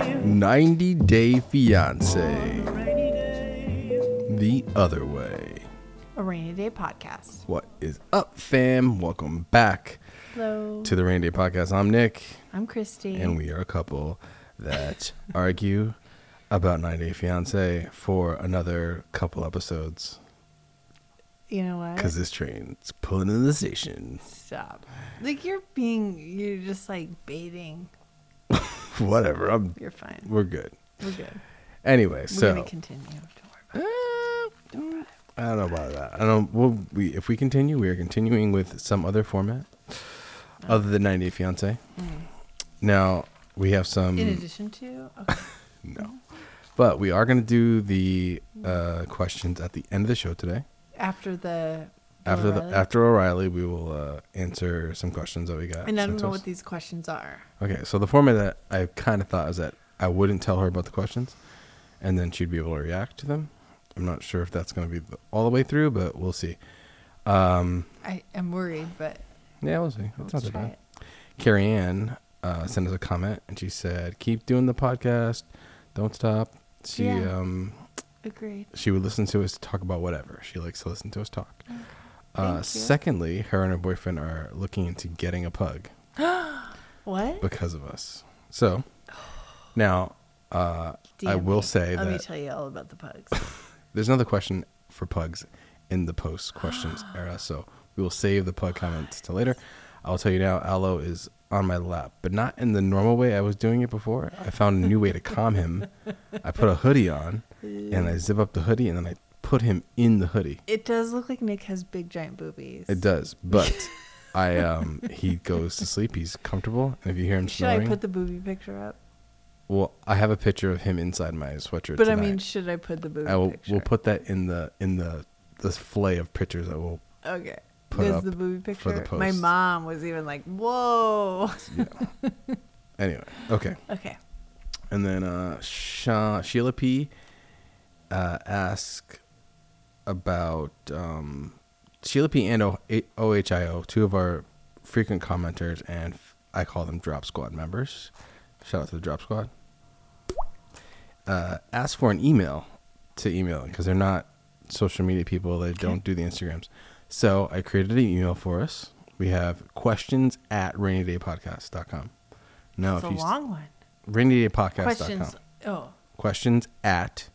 90 Day Fiance. The other way. A rainy day podcast. What is up, fam? Welcome back Hello. to the Rain Day Podcast. I'm Nick, I'm Christy. and we are a couple that argue about 90 Day Fiance for another couple episodes you know what? because this train's pulling in the station. Stop. Like you're being, you're just like baiting. Whatever. I'm, You're fine. we're good. We're good. Anyway, We're so. gonna continue. Don't worry Uh, about I don't know about that. I don't. Well, we if we continue, we are continuing with some other format other than 90 Day Fiance. Now we have some. Mm-hmm. it. In addition to, okay. um, no, but we are going to do the uh, questions at the end of the show today. after the After the, O'Reilly. after O'Reilly, we will uh, answer some questions that we got. and I don't sent know to what us. these questions are. Okay, so the format that I kind of thought is that I wouldn't tell her about the questions, and then she'd be able to react to them. I'm not sure if that's going to be the, all the way through, but we'll see. Um, I am worried, but Yeah, we'll see. It's not let's that try bad. it. Carrie Ann uh, sent us a comment, and she said, "Keep doing the podcast. Don't stop." She Yeah. um Agreed. she would listen to us talk about whatever. She likes to listen to us talk. Thank Uh, you. secondly, her and her boyfriend are looking into getting a pug What? because of us. So now uh, I DM will me. say Let me that tell you all about the pugs. there's another question for pugs in the post questions era. So we will save the pug comments to later. I'll tell you now, Aloe is on my lap, but not in the normal way I was doing it before. I found a new way to calm him. I put a hoodie on and I zip up the hoodie and then I put him in the hoodie. it does look like Nick has big giant boobies. It does, but I um he goes to sleep. He's comfortable, and if you hear him Should snoring, I put the booby picture up? well, I have a picture of him inside my sweatshirt. But I tonight. mean, should I put the booby I will picture? we'll put that in the in the the flay of pictures. I will Okay. put There's up the booby for picture. the My post. mom was even like, "Whoa." Anyway, okay. Okay. And then uh, Sha- Sheila P. Uh, asked about um, Sheila P. and o- A- OHIO, two of our frequent commenters, and f- I call them Drop Squad members. Shout out to the Drop Squad. Uh, asked for an email to email because they're not social media people. They don't do the Instagrams. So I created an email for us. We have questions at rainydaypodcast.com. Now, It's a if you s- long one. rainydaypodcast.com. Questions. Questions, Oh. Questions at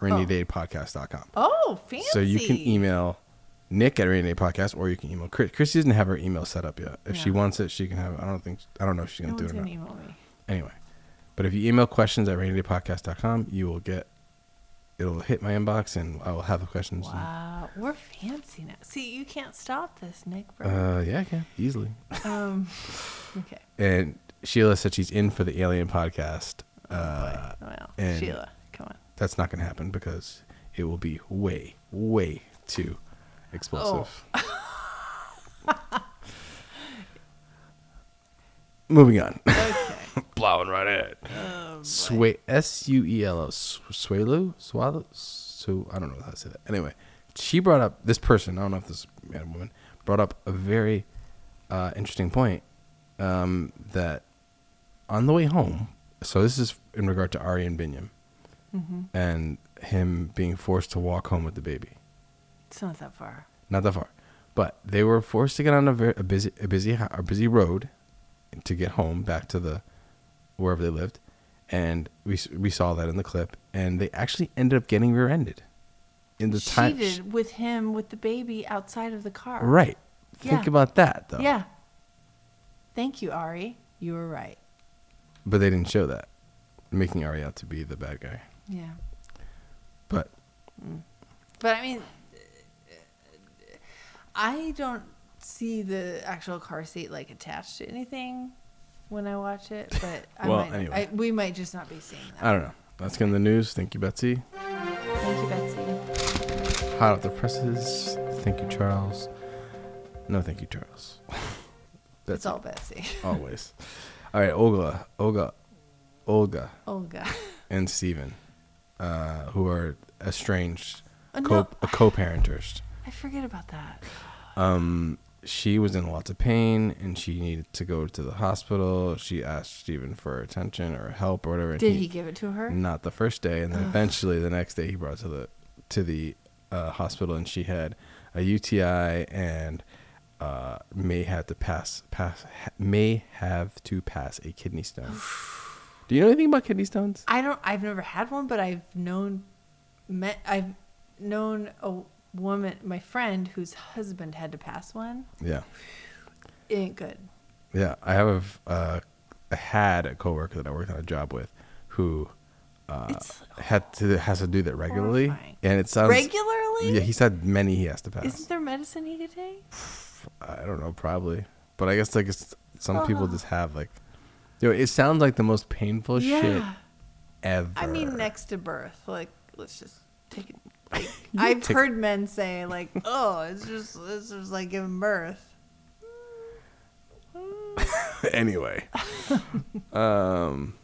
Oh. rainydaypodcast.com. Oh, fancy. So you can email Nick at Rainy Day Podcast, or you can email Chris. Chrissy doesn't have her email set up yet. If she No. wants it, she can have. it. I don't think. I don't know if she's No gonna one's do it or gonna not. email me. Anyway, but if you email questions at rainydaypodcast.com, you will get. It'll hit my inbox, and I will have the questions. and- Wow, we're fancy now. See, you can't stop this, Nick. Bro. uh, yeah, I can easily. um. Okay. and Sheila said she's in for the Alien podcast. Uh, Oh, Boy. Well, and- Sheila, come on. that's not going to happen because it will be way, way too explosive. Oh. Moving on. Okay. Plowing right ahead. Um, Sway S U E L O Swalo Swallow so I don't know how to say that. Anyway, she brought up this person, I don't know if this is a man or woman, brought up a very uh, interesting point um, that on the way home, so this is in regard to Ari and Binyam and him being forced to walk home with the baby. it's not that far. Not that far, but they were forced to get on a, very, a busy, a busy, ho- a busy road to get home back to the wherever they lived, and we s- we saw that in the clip, and they actually ended up getting rear-ended in the she time. did with him with the baby outside of the car. Right. Think Yeah. about that though. Yeah. Thank you, Ari. You were right. But they didn't show that, making Ari out to be the bad guy. Yeah. But Mm. But I mean, I don't see the actual car seat like attached to anything when I watch it. But I Well, might, anyway. I, we might just not be seeing that. I don't know. That's gonna the news. Thank you, Betsy. Thank you, Betsy. Hot off the presses. Thank you, Charles. No, thank you, Charles. it's all Betsy. Always. All right, Olga, Olga, Olga, Olga. and Steven, uh, who are estranged Oh, co no. uh, co-parenters. I forget about that. Um, she was in lots of pain and she needed to go to the hospital. She asked Stephen for attention or help or whatever. and Did he give it to her? Not the first day, and then Ugh. eventually the next day he brought her to the to the uh, hospital, and she had a UTI and uh, may have to pass pass ha- may have to pass a kidney stone. Do you know anything about kidney stones? I don't. I've never had one, but I've known, met. I've known a woman, my friend, whose husband had to pass one. Yeah, It ain't good. yeah. I have a, uh, I had a coworker that I worked on a job with who uh, It's had to has to do that regularly, horrifying. and it sounds regularly. Yeah, he said many he has to pass. Isn't there medicine he could take? I don't know, probably. But I guess like it's, some people Ugh. just have like, yo, it sounds like the most painful shit Yeah. ever. I mean, next to birth. Like, let's just take it. You I've take- heard men say like, "Oh, it's just it's just like giving birth." anyway, um,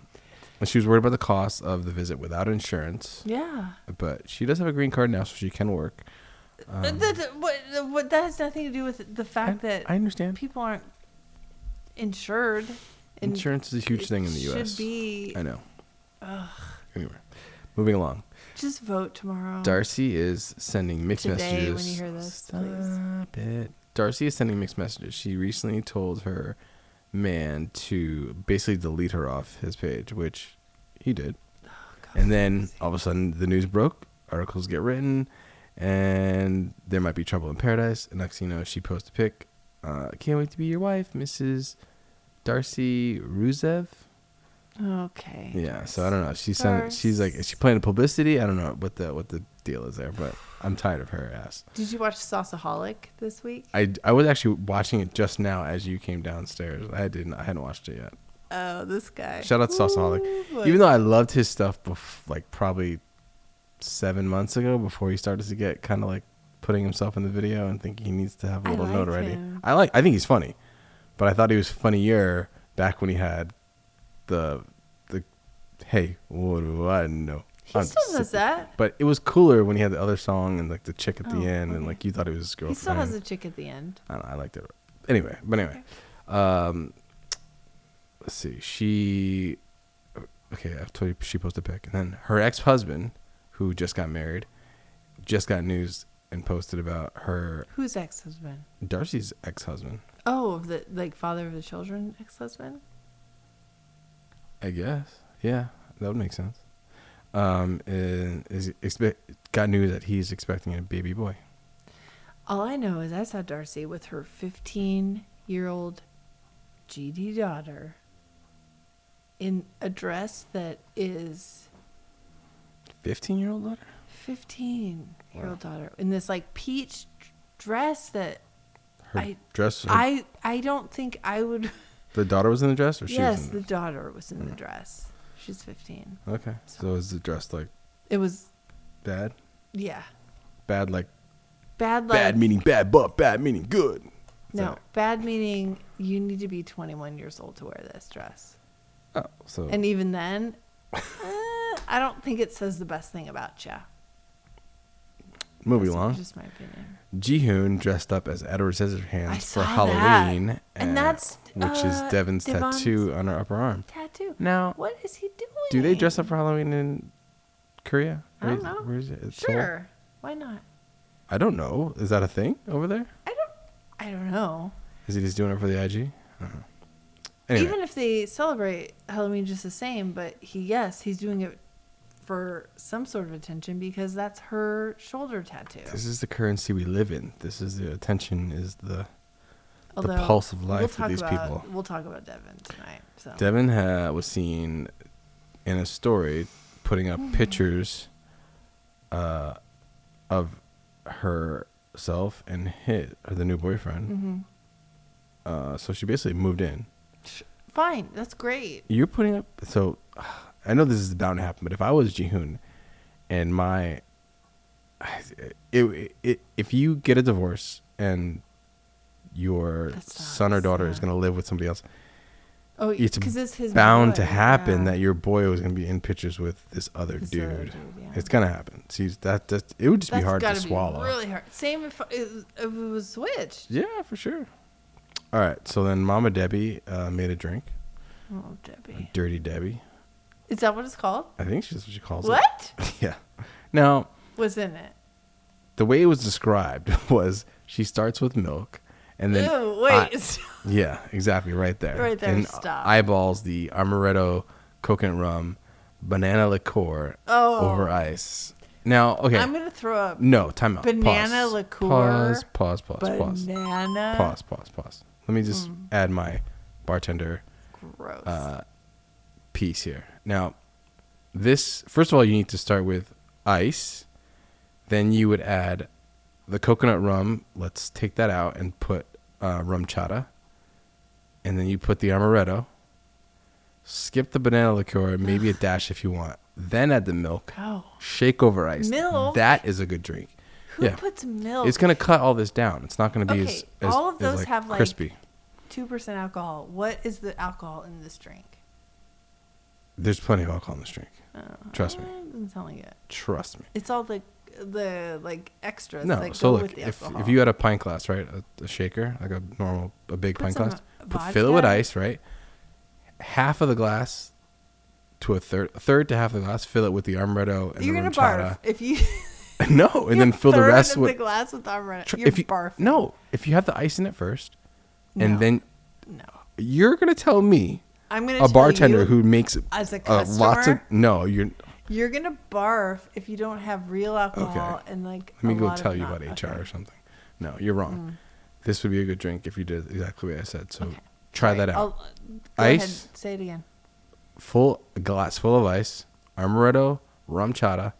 and she was worried about the cost of the visit without insurance, Yeah. but she does have a green card now, so she can work. But that, that- what, what, that has nothing to do with the fact that Um. I understand. people aren't insured. and insurance is a huge it thing in the U.S. Should be. I know. Anyway, moving along. Just vote tomorrow. Darcy is sending mixed Oh. Today, messages. when you hear this, Stop please. it. Darcy is sending mixed messages. She recently told her man to basically delete her off his page, which he did. And then all of a sudden, the news broke. Articles get written, and there might be trouble in paradise. And next thing you know, she posts a pic. Uh, Can't wait to be your wife, Mrs. Darcy Rusev. Okay. Yeah, so I don't know. She sent. She's like, Darcy. is she playing to publicity? I don't know what the what the deal is there, but I'm tired of her ass. Did you watch Sauceaholic this week? I, I was actually watching it just now as you came downstairs. I didn't. I hadn't watched it yet. Oh, this guy. Shout out to Sauceaholic. Ooh, boy. Even though I loved his stuff, bef- like probably seven months ago, before he started to get kind of like putting himself in the video and thinking he needs to have a I little like notoriety. him. I like. I think he's funny, but I thought he was funnier back when he had the the hey, what do I know? he I'm still does stupid. that. But it was cooler when he had the other song and like the chick at the Oh, end, and okay. like you thought it was his girlfriend. He still has a chick at the end. I don't know. I liked it. Anyway, but anyway, um, let's see. She, okay, I told you she posted a pic, and then her ex-husband, who just got married, just got news and posted about her Whose ex-husband? Darcy's ex-husband. Oh, of the like father of the children ex-husband. I guess, yeah, that would make sense. Um, and is expe- got news that he's expecting a baby boy. All I know is I saw Darcy with her 15-year-old GD daughter in a dress that is Fifteen-year-old daughter. 15 year Wow. old daughter in this like peach d- dress that Her I- dress. her- I I don't think I would. the daughter was in the Mm. dress, or she yes, was in the daughter was in the dress. She's 15. the. Okay, so is the dress like It was bad? yeah Bad like bad. Like, bad meaning bad, but bad meaning good. No, bad meaning you need to be 21 years old to wear this dress. Oh, so And even then, eh, I don't think it says the best thing about you. movie That's long. Just my opinion. Jihoon dressed up as Edward Scissorhands I for saw Halloween, that. and And that's, which is uh, Devin's Devon's- tattoo on her upper arm. Tattoo. Now- what is he doing? Do they dress up for Halloween in Korea? I don't Where- know. Where is it? It's Seoul? Sure. Why not? I don't know. Is that a thing over there? I don't. I don't know. Is he just doing it for the IG? I don't know. Anyway, Even if they celebrate Halloween just the same, but he, yes, he's doing it for some sort of attention because that's her shoulder tattoo. this is the currency we live in. This is the attention is the Although, pulse of life we'll for talk these about- people. We'll talk about Devin tonight. So Devin ha- was seen in a story putting up Mm. pictures uh, of herself and hit or the new boyfriend. Mm. Mm-hmm. Uh, so she basically moved in. Sh- fine, that's great. You're putting up. So I know this is bound to happen, but if I was Jihoon and my. It, it, if you get a divorce and your That sucks. son or daughter is Yeah. going to live with somebody else, Oh, it's because it's his bound boy, to happen yeah. that your boy was gonna be in pictures with this other This dude. other dude, yeah. It's gonna happen. See, that that it would just That's be hard to gotta swallow. really hard. Same if if it was switched. yeah, for sure. All right, so then Mama Debbie uh, made a drink, Oh, Debbie. Dirty Debbie. Is that what it's called? I think she's what she calls it. What yeah. Now, was in it? the way it was described was she starts with milk, and then Ew, wait. I- it's- Yeah, exactly. Right there. Right there, And stop. Eyeballs the amaretto, coconut rum, banana liqueur Oh. over ice. Now, okay. I'm gonna throw up. no, time out. Banana pause. liqueur, Pause, pause, pause, pause. banana. Hmm. Pause, pause, pause. Let me just add my bartender Gross. uh, piece here. Now, this, first of all, you need to start with ice. Then you would add the coconut rum. Let's take that out and put uh, rum chata. And then you put the amaretto. Skip the banana liqueur, maybe a dash if you want. Then add the milk. oh, Shake over ice. Milk? That is a good drink. who yeah. puts milk? It's going to cut all this down. It's not going to be Okay, as, as, all of as, those have, like, crispy. two percent alcohol. What is the alcohol in this drink? There's plenty of alcohol in this drink. Uh, Trust me. I'm telling you, Trust me. it's all the the like extras. No, that so go look, with the if, alcohol. if you had a pint glass, right, a, a shaker, like a normal, a big Put pint some glass, put, fill it with vodka. ice, right? Half of the glass to a third, a third to half of the glass, fill it with the amaretto and you're the gonna rum chata. barf if you no, and then Your fill the third rest of with. the glass with amaretto. tr- you're if you barfing. no, if you have the ice in it first, and No. then no. you're gonna tell me I'm gonna a tell bartender you, who makes as a uh, lots of customer- no, you're you're gonna barf if you don't have real alcohol Okay. and like. Let me a go lot of tell you not- about HR okay. Mm. or something. No, you're wrong. This would be a good drink if you did exactly what I said. So Okay. try Sorry, that out. I'll- uh, go Ice? Ahead, say it again. Full a glass full of ice, amaretto, rum chata,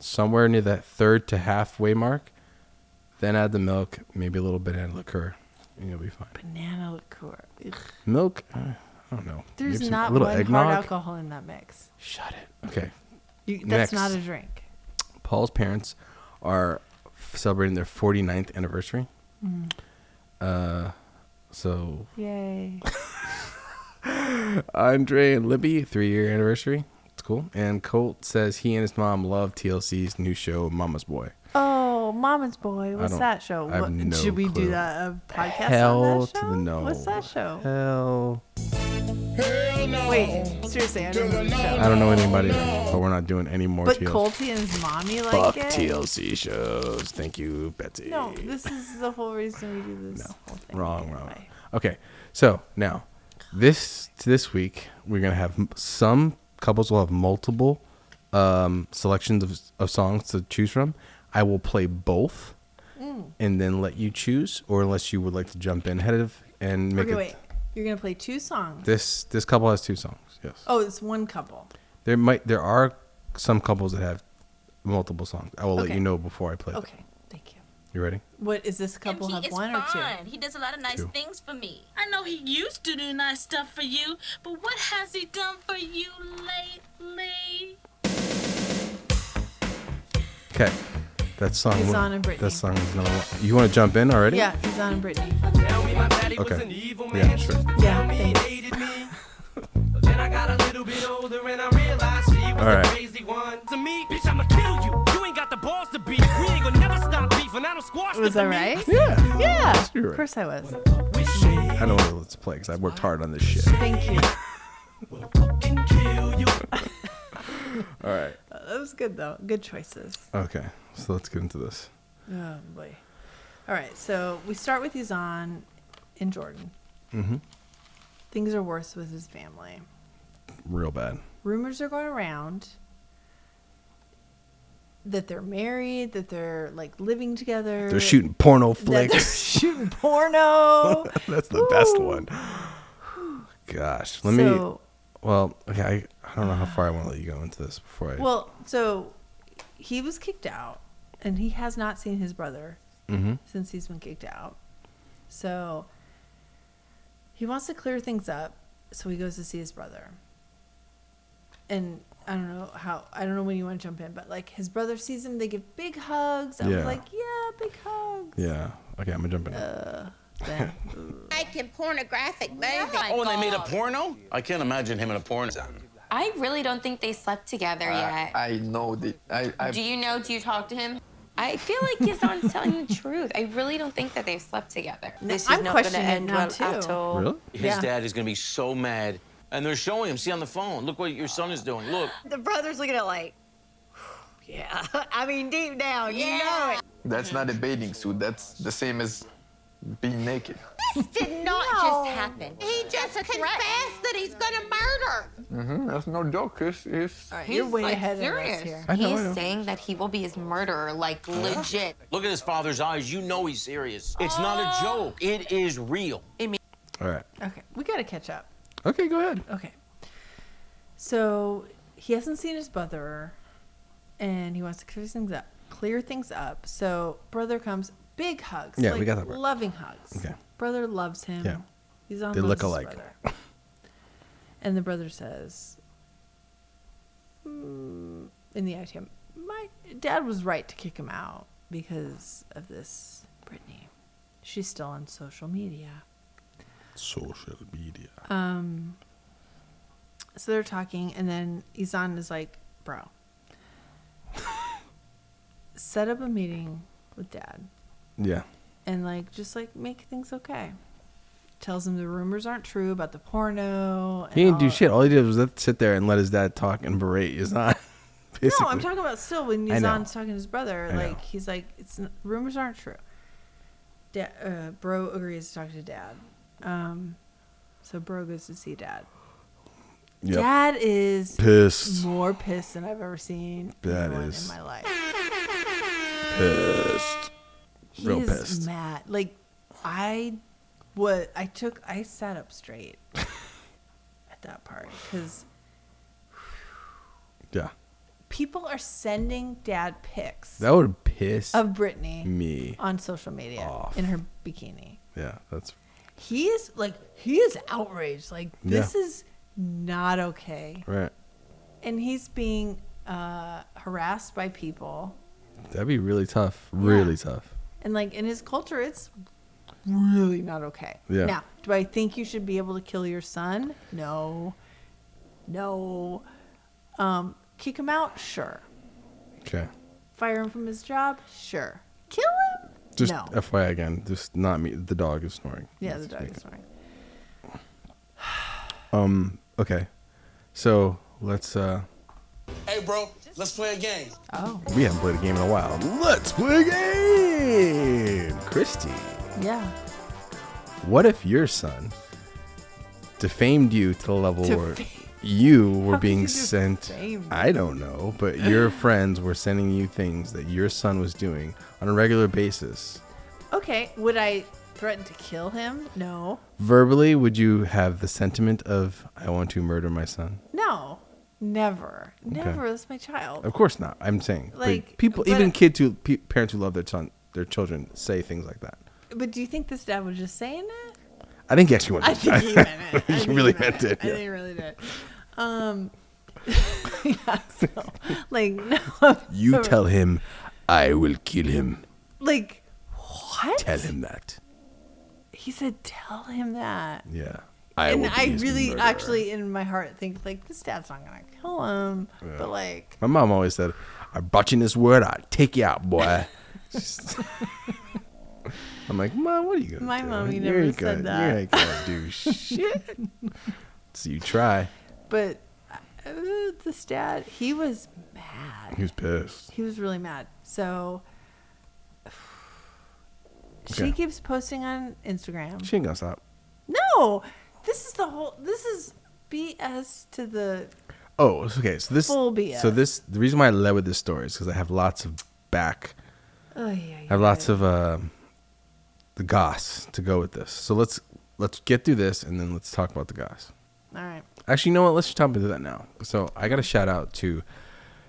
somewhere near that third to halfway mark. Then add the milk, maybe a little banana liqueur, and you'll be fine. Banana liqueur. Ugh. Milk, uh, I don't know. There's maybe some- not a one little hard eggnog. alcohol in that mix. Shut it. Okay. You, Next. that's not a drink. Paul's parents are f- celebrating their 49th anniversary. Mm. Uh, so Yay. Andre and Libby, three year anniversary. It's cool. And Colt says he and his mom love TLC's new show, Mama's Boy. Oh, Mama's Boy. What's don't- that show? I have What, no should we do clue. that a podcast on Hell that to show? the no. What's that show? Hell. Wait, seriously, I don't know the show. I don't know anybody, but we're not doing any more But TLC. Colty and his mommy like Fuck it. TLC shows. Thank you, Betsy. No, this is the whole reason we do this whole thing. wrong, wrong. Anyway. Okay, so now this this week we're gonna have m- some couples will have multiple um, selections of of songs to choose from. I will play both, Mm. and then let you choose, or unless you would like to jump in ahead of and make Okay, it. wait. You're gonna play two songs. This this couple has two songs. Yes, oh, it's one couple. there might there are some couples that have multiple songs. I will let Okay. you know before I play. them. Okay, thank you. You ready? What is this couple MG have is one or two? fine. He does a lot of nice Two. things for me. I know he used to do nice stuff for you, but what has he done for you lately? Okay. That song. He's will- on and Britney. That song is number one. You want to jump in already? Yeah, he's on Brittany. Tell me my daddy was Okay. an evil Yeah, man. sure. Yeah, Tell me he thanks. hated me. But then I got a little bit older and I realized she was All right. the crazy one. To me, bitch, I'ma kill you. You ain't got the balls to beat. We ain't gonna never stop beef and I don't squash Was the I right? Yeah. Yeah, You're right. of course I was. beef with shit. I don't want to let's play because I worked hard on this shit. Thank you. We'll fucking kill you. All right. Uh, Uh. That was good though. Good choices. Okay. So let's get into this. Oh boy. All right, so we start with Yazan in Jordan. Mm-hmm. Things are worse with his family. Real bad. rumors are going around that they're married, that they're like living together. They're shooting porno that they're flicks. shooting porno. That's the best Ooh. one. Gosh. Let me. so, Well, okay. I, I don't know how far I want to let you go into this before I. well, so he was kicked out, and he has not seen his brother Mhm. since he's been kicked out. So he wants to clear things up, so he goes to see his brother. And I don't know how I don't know when you want to jump in, but like his brother sees him, they give big hugs. I Yeah. was like, yeah, big hugs. Uh, Uh, yeah. Okay. I'm going to jump in. Then, I making pornographic movies. my Oh, and they made a God. porno? I can't imagine him in a porno. I really don't think they slept together Uh, yet. I know that. I, I do you know? Do you talk to him? I feel like Yazan's telling the truth. I really don't think that they've slept together. This is I'm not going to questioning it end now, well too. at all. Really? His Yeah. dad is going to be so mad. And they're showing him. See on the phone. Look what your son is doing. Look. The brother's looking at like, yeah. I mean, deep down, you know it. That's not a bathing suit. That's the same as being naked. Did not just happened. He just confessed that he's gonna murder. hmm that's no joke. It's, it's... All right, you're He's, way like, ahead furious. of us here. I know, I know. He's saying that he will be his murderer, like legit. Look at his father's eyes. You know he's serious. It's not a joke. It is real. All right. Okay, we gotta catch up. Okay, go ahead. Okay. So he hasn't seen his brother, and he wants to clear things up. Clear things up. So brother comes, big hugs. Yeah, we got that part. Loving hugs. Okay. Brother loves him. Yeah. He's on. They loves look his alike. brother. And the brother says, "Mm," in the eye to him, my dad was right to kick him out because of this Brittany. She's still on social media. Social media. Um, so they're talking, and then Izan is like, "Bro, set up a meeting with Dad, Yeah. and like just like make things okay." Tells him the rumors aren't true about the porno. And He didn't do all- shit. All he did was let- sit there and let his dad talk and berate his aunt. Basically. No, I'm talking about still when I know. Izan's talking to his brother. I know. like he's like, "It's n- rumors aren't true." Da- uh, bro agrees to talk to Dad. Um, so Bro goes to see Dad. Yep. Dad is Pissed. more pissed than I've ever seen That anyone is- in my life. Pissed. He real is pissed. mad. Like I was I took I sat up straight at that part cuz Yeah. people are sending dad pics That would piss of Britney me on social media off. in her bikini. Yeah, that's He is like he is outraged. Like this Yeah. is not okay. right. And he's being uh, harassed by people. That'd be really tough. Really tough. And like in his culture, it's really not okay. Yeah. Now, do I think you should be able to kill your son? No. No. Um, kick him out? Sure. Okay. Fire him from his job? Sure. Kill him? Just no. FYI again, just not me. The dog is snoring. yeah, the dog is fine. Um. Okay. So let's. uh Hey, bro, let's play a game. Oh, We haven't played a game in a while. Let's play a game, Christy. yeah. What if your son defamed you to the level where Defame- you were How could being you sent? defame me? I don't know, but your friends were sending you things that your son was doing on a regular basis. Okay. Would I threaten to kill him? No. Verbally, would you have the sentiment of "I want to murder my son"? No. Never. Never. That's my child. Of course not. I'm saying but Like, people, but- even kids who pe- parents who love their son, their children say things like that. But do you think this dad was just saying it? I think he actually went. I to- think he meant it. I He think really meant meant it, I yeah. think he really did. Um, yeah, so, like no, you tell him, I will kill him. like what? Tell him that. He said, "Tell him that." Yeah. I and will be I his really, murderer. actually, in my heart, think like this dad's not gonna kill him, but like My mom always said, I brought you this word, I'll take you out, boy. Just- I'm like, Mom, what are you going to do? My mommy You never ain't gonna- said that." You ain't going to do shit. so you try. But uh, this dad, he was mad. He was pissed. He was really mad. So Okay. she keeps posting on Instagram. She ain't going to stop. no, this is the whole. This is BS to the Oh, it's okay. So this. Full So BS. this. The reason why I led with this story is because I have lots of back. Oh yeah. I have lots of um the goss to go with this. So let's let's get through this and then let's talk about the goss. All right. Actually, you know what? Let's just jump into that now. So I got a shout out to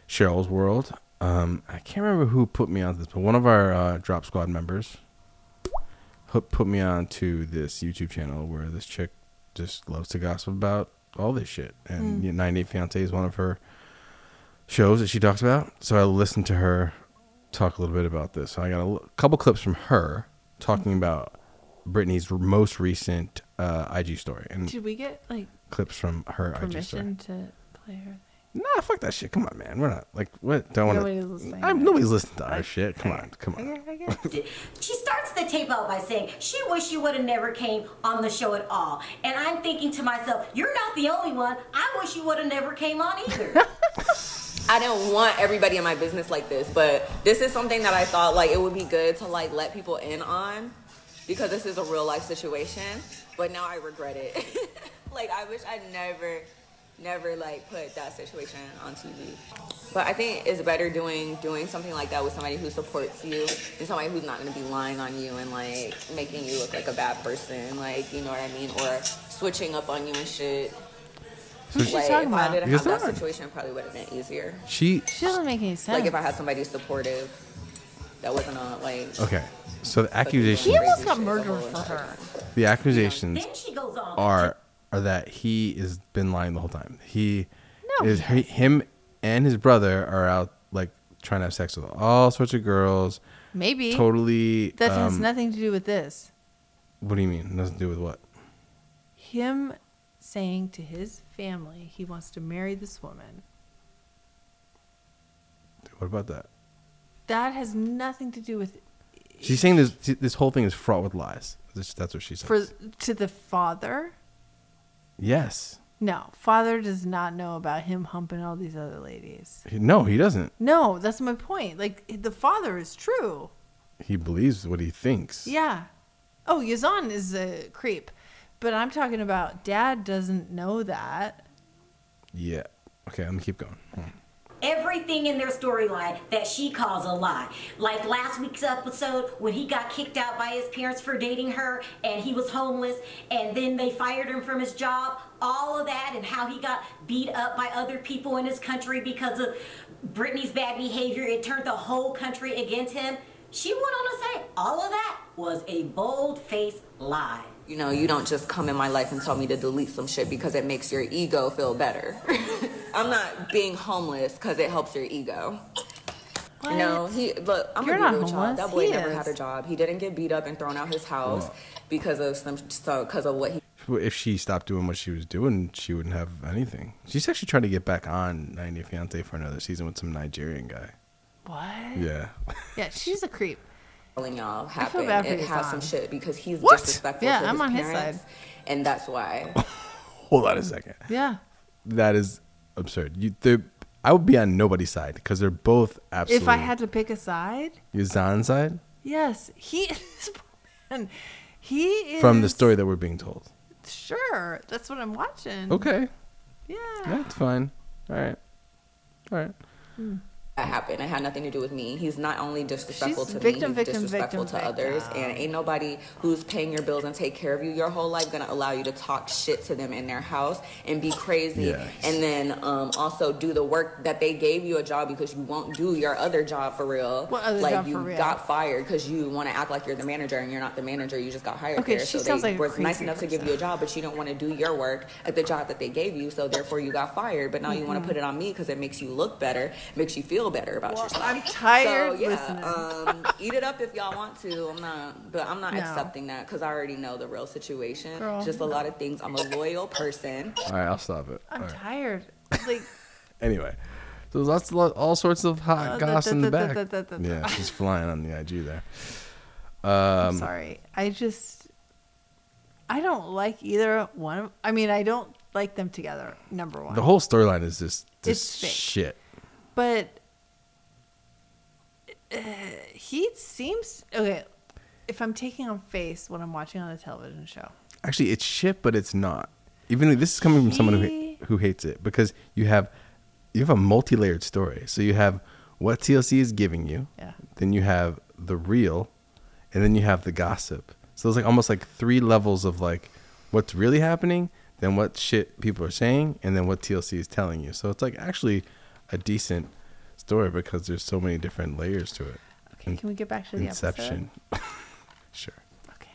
Cheryl's World. Um, I can't remember who put me on this, but one of our uh, Drop Squad members put put me on to this YouTube channel where this chick just loves to gossip about all this shit. Hmm. And you know, 98 Fiance is one of her shows that she talks about. So I listened to Hmm. her talk a little bit about this. So I got a l- couple clips from her talking about Brittany's most recent uh, IG story and Did we get like clips from her IG story. permission to play her? thing? Nah, fuck that shit. Come on, man. We're not like what? Don't want Nobody's to. listening. Nobody's listening to our shit. Come on, come on. She starts the tape out by saying she wish you would have never came on the show at all. And I'm thinking to myself, you're not the only one. I wish you would have never came on either. I don't want everybody in my business like this, but this is something that I thought like it would be good to like let people in on because this is a real life situation. But now I regret it. like I wish I never, never like put that situation on TV. But I think it's better doing doing something like that with somebody who supports you and somebody who's not gonna be lying on you and like making you look like a bad person, like you know what I mean, or switching up on you and shit. So she- like, talking if about? I didn't Because have that there are- situation, it probably would have been easier. She She doesn't make any sense. Like if I had somebody supportive that wasn't on like okay. So the accusation. accusations, He almost got murdered for her. the accusations then she goes on. are are that he has been lying the whole time. He No, is he, him and his brother are out like trying to have sex with all sorts of girls. Maybe Totally. that has um, nothing to do with this. What do you mean? Nothing to do with what? Him saying to his family he wants to marry this woman. What about that? That has nothing to do with She's saying this this whole thing is fraught with lies. That's, that's what she says. for to the father. yes. No, father does not know about him humping all these other ladies. He- no, he doesn't. No, that's my point. Like the father is true. He believes what he thinks. Yeah. Oh, Yazan is a creep. But I'm talking about dad doesn't know that. Yeah. Okay, I'm gonna keep going. Hold on. everything in their storyline that she calls a lie. Like last week's episode when he got kicked out by his parents for dating her and he was homeless and then they fired him from his job. All of that and how he got beat up by other people in his country because of Britney's bad behavior. It turned the whole country against him. She went on to say all of that was a bold faced lie. You know, you don't just come in my life and tell me to delete some shit because it makes your ego feel better. I'm not being homeless because it helps your ego. What? No, he look. I'm You're gonna not be real with y'all. homeless. That boy He never is. had a job. He didn't get beat up and thrown out his house Wow. because of some so because of what he If she stopped doing what she was doing, she wouldn't have anything. She's actually trying to get back on 90 Fiance for another season with some Nigerian guy. What? Yeah. Yeah, she's a creep. telling y'all feel happened. bad for It your has son. some shit because he's What? disrespectful to Yeah, his I'm on his parents, side. and that's why. Hold on a second. Yeah. That is absurd. You, they're- I would be on nobody's side because they're both absolutely. If I had to pick a side, Yazan's side yes, he is. Man, he is. from the story that we're being told. Sure. That's what I'm watching. Okay, Yeah. that's fine. All right, all right. that happened. It had nothing to do with me. He's not only disrespectful She's to victim, me, he's victim, disrespectful victim, to others. victim. And ain't nobody who's paying your bills and take care of you your whole life gonna allow you to talk shit to them in their house and be crazy. Yes. And then um, also do the work that they gave you a job because you won't do your other job for real. What other like job you for real? got fired because you want to act like you're the manager and you're not the manager. You just got hired Okay, there. she so sounds they like a were nice crazy enough to give person. you a job, but you don't want to do your work at the job that they gave you. So therefore you got fired. But now you want to put it on me because it makes you look better, makes you feel better about Mm-hmm. Well, yourself. I'm tired So yeah, listening. um, eat it up if y'all want to. I'm not, but I'm not No. accepting that because I already know the real situation. Girl, Just a lot of things. I'm a loyal person. All right, I'll stop it. I'm All right. tired. Like, Anyway, there's lots of lo- all sorts of hot Uh, goss in Oh, the da- da- back. da- da- da- da- Yeah, she's flying on the IG there. Um, I'm sorry. I just. I don't like either one. of- I mean, I don't like them together, number one. The whole storyline is just It's this fake. shit. but uh, he seems okay. If I'm taking on face what I'm watching on a television show, Actually, it's shit, but it's not. Even though this is coming from someone who He- who hates it because you have you have a multi-layered story. So you have what TLC is giving you. Yeah. Then you have the real, and then you have the gossip. So there's like almost like three levels of like what's really happening, then what shit people are saying, and then what TLC is telling you. So it's like actually a decent story because there's so many different layers to it. okay, can we get back to the Inception. sure. episode? Okay.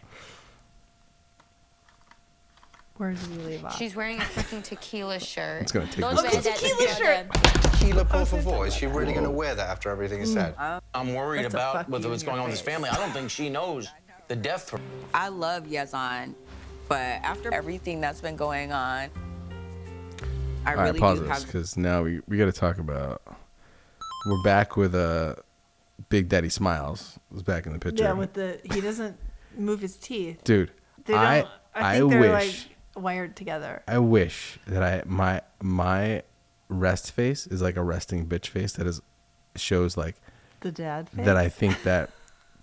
Where did we leave off? She's wearing a freaking tequila shirt. It's gonna take Don't this wear long. that Tequila shirt. Tequila, por favor. Is she really going to wear that after everything is said? Um, I'm worried That's a fuck about what, you what's in your going on with his face. family. I don't think she knows the death threat. I love Yazan, but after everything that's been going on, I All right, really pause do this have. because now we, we got to talk about. We're back with uh, Big Daddy Smiles was back in the picture. Yeah, with the he doesn't move his teeth. Dude, They don't- I- I think they're wish- like wired together. I wish that I my my rest face is like a resting bitch face that is shows like The dad face? that I think that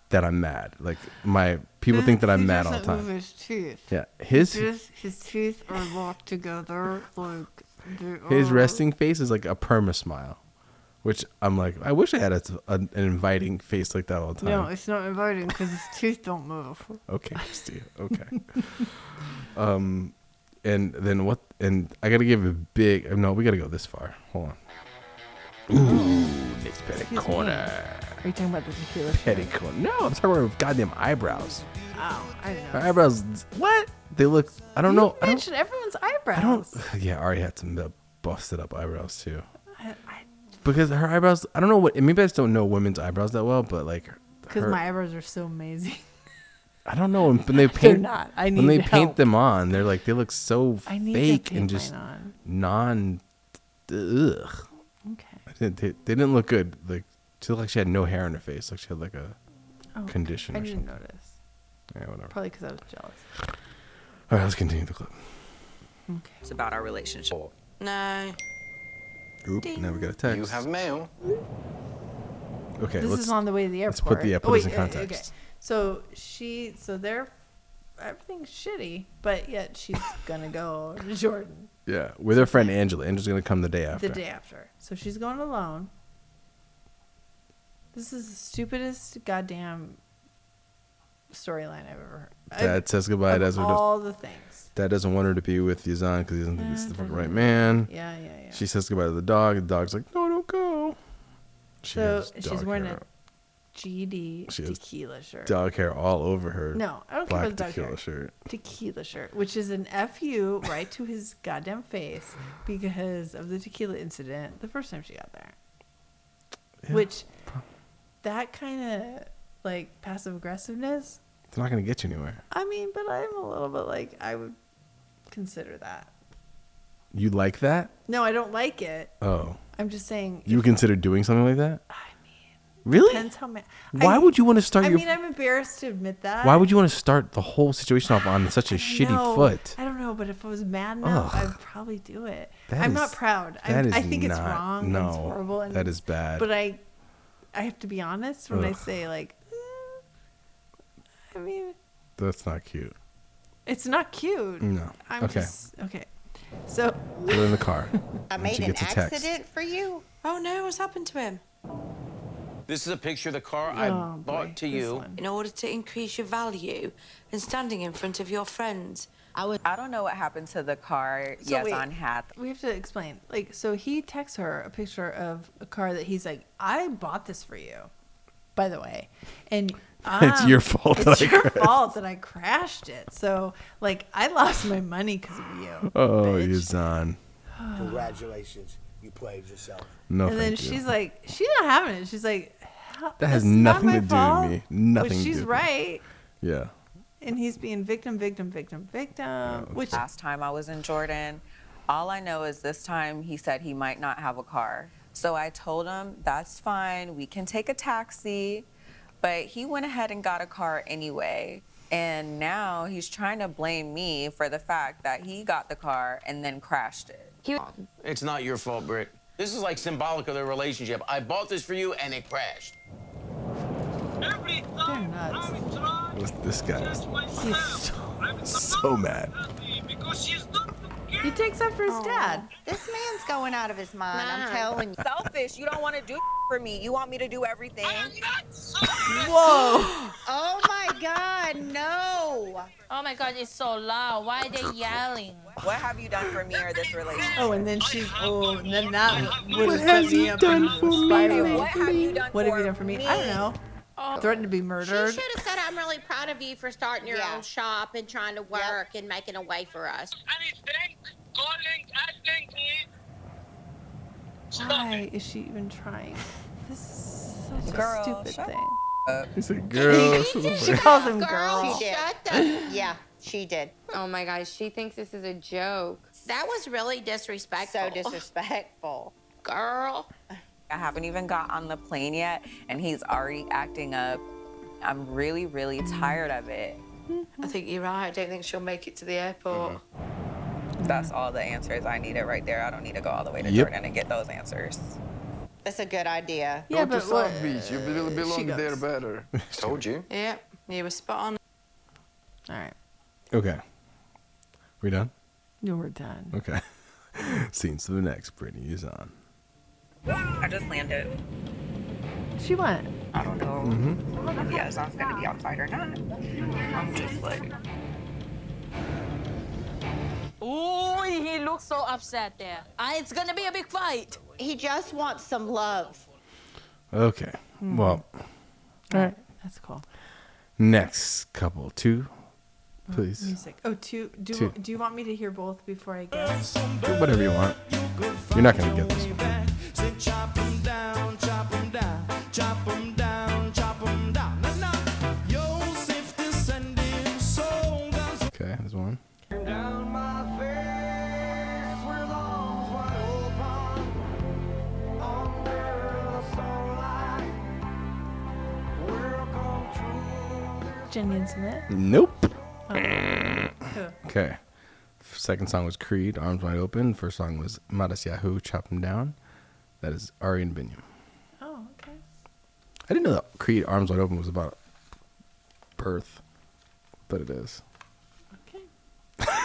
that I'm mad. Like my people think that I'm He mad all the doesn't time. move his teeth. Yeah, his He just- his teeth are locked together like they his oh. are- resting face is like a perma smile, which I'm like I wish I had a, a- an inviting face like that all the time. No, it's not inviting because his teeth don't move. Okay, Steve. Okay. um, and then what? And I gotta give a big. No, we gotta go this far. Hold on. Ooh, Nick's petty Excuse me. corner. Are you talking about the tequila? Petty corner. No, I'm talking about her goddamn eyebrows. Oh, I don't know. Her eyebrows. What? They look. I don't know. I don't. Mention everyone's eyebrows. I don't. Yeah, Ari had some uh, busted up eyebrows too. I- Because her eyebrows. I don't know what. Maybe I just don't know women's eyebrows that well, but like. Because her- my eyebrows are so amazing. I don't know when they paint. not. I when they need help. paint them on, they're like they look so I need to fake and paint just mine non. on. Ugh. Okay. I didn't, they, they didn't look good. Like she looked like she had no hair in her face. Like she had like a Oh, okay. condition. I or didn't something. notice. Yeah, whatever. Probably because I was jealous. All right, let's continue the clip. It's about our relationship. No. Oop, now we got a text. You have mail. Okay, this let's, is on the way to the airport. Let's put the Oh, put this in wait, uh, okay. context. So she, so they're everything's shitty, but yet she's gonna go to Jordan Yeah, with her friend Angela. Angela's gonna come the day after. the day after. So she's going alone. This is the stupidest goddamn storyline I've ever heard. Dad says goodbye. Of Doesn't all the things. Mm-hmm. Dad doesn't want her to be with Yazan because he doesn't think this is the fucking right man. Yeah, yeah, yeah. She says goodbye to the dog. The dog's like, no, don't go. She so has she's dog wearing hair. a GD She has tequila shirt. dog hair all over her. No, I don't care black about the dog tequila hair. shirt. Tequila shirt, which is an fu right to his goddamn face because of the tequila incident the first time she got there. Which that kind of like passive aggressiveness. It's not gonna get you anywhere. I mean, but I'm a little bit like I would consider that. You like that? No, I don't like it. Oh, I'm just saying. you if- consider doing something like that? I mean, really? Depends how ma- Why I- would you want to start I your? mean, I'm embarrassed to admit that. why would you want to start the whole situation off on such a I shitty know. foot? I don't know, but if I was mad enough, Ugh. I'd probably do it. That I'm is- not proud. that I, is I think it's not- wrong. and it's no, horrible. And that is bad. But I, I have to be honest when I Ugh. say like, "Eh," I mean, That's not cute. it's not cute. No. I'm Okay. just okay. So Put her in the car. I And made she an gets a text. accident for you. Oh no, what's happened to him? This is a picture of the car I Oh, bought to you. In order to increase your value and standing in front of your friends. I would. I don't know what happened to the car So wait, Yazan had. We have to explain. Like, so he texts her a picture of a car that he's like, "I bought this for you, by the way," and It's um, your fault It's that I your crashed." fault that I crashed it. So, like, I lost my money because of you. Oh, Yazan. Congratulations, you played yourself. No, and then thank you. she's like, she's not having it. She's like, "Hell, That has it's not nothing my to do with fault." me. Nothing to Which do she's with me. right. Yeah. And he's being victim, victim, victim, victim. which last time I was in Jordan, all I know is this time he said he might not have a car. So I told him that's fine, we can take a taxi, but he went ahead and got a car anyway. And now he's trying to blame me for the fact that he got the car and then crashed it. It's not your fault, Britt. This is like symbolic of their relationship. I bought this for you and it crashed. They're nuts. This, this guy is so, so mad. He takes after his dad. This man's going out of his mind. I'm telling you. Selfish, you don't want to do for me. You want me to do everything. Whoa. Oh my God, no. Oh my god, it's so loud. Why are they yelling? What have you done for me or this relationship? Oh, and then she's oh, and then that would What have has set me he up done into a for me? spiral. What have you done What have you for done for me? I don't me? know. Threatened to be murdered. She should have said, I'm really proud of you for starting your own shop and trying to work and making a way for us. Why is she even trying? This is such Girl, a stupid shut thing. He's a girl. She calls him girl. She did. Yeah, she did. Oh my gosh, she thinks this is a joke. That was really disrespectful. So disrespectful. Girl. I haven't even got on the plane yet, and he's already acting up. I'm really, really tired of it. I think you're right. I don't think she'll make it to the airport. That's all the answers I needed right there. I don't need to go all the way to Yep. Jordan and get those answers. That's a good idea. Go to South Beach. You bel- belong there better. Told you. Yeah, you were spot on. All right. Okay. We done? No, we're done. Okay. Scenes to the next. Brittany is on. I just landed. She went. I don't know Mhm. if Yazan's gonna be outside or not. I'm just like, Oh, he looks so upset there. Uh, it's gonna be a big fight. He just wants some love. Okay. Hmm. Well, All right. That's cool. next couple. Two, Oh, please. Music. Oh, two. Do Two. Do you want me to hear both before I go? Whatever you want. You're not going to get this one. Say chop 'em down, chop 'em down, chop 'em down, chop 'em down. Now, now, Yosef descended, so guns Okay, there's one. down my face with arms wide open. Under the sunlight, we'll come Jenny Smith. Nope. Who? Okay. Second song was Creed, Arms Wide Open. First song was Modest Yahoo, Chop 'em Down. That is Ari and Binyam. Oh, okay. I didn't know that Creed, Arms Wide Open was about birth, but it is. Okay.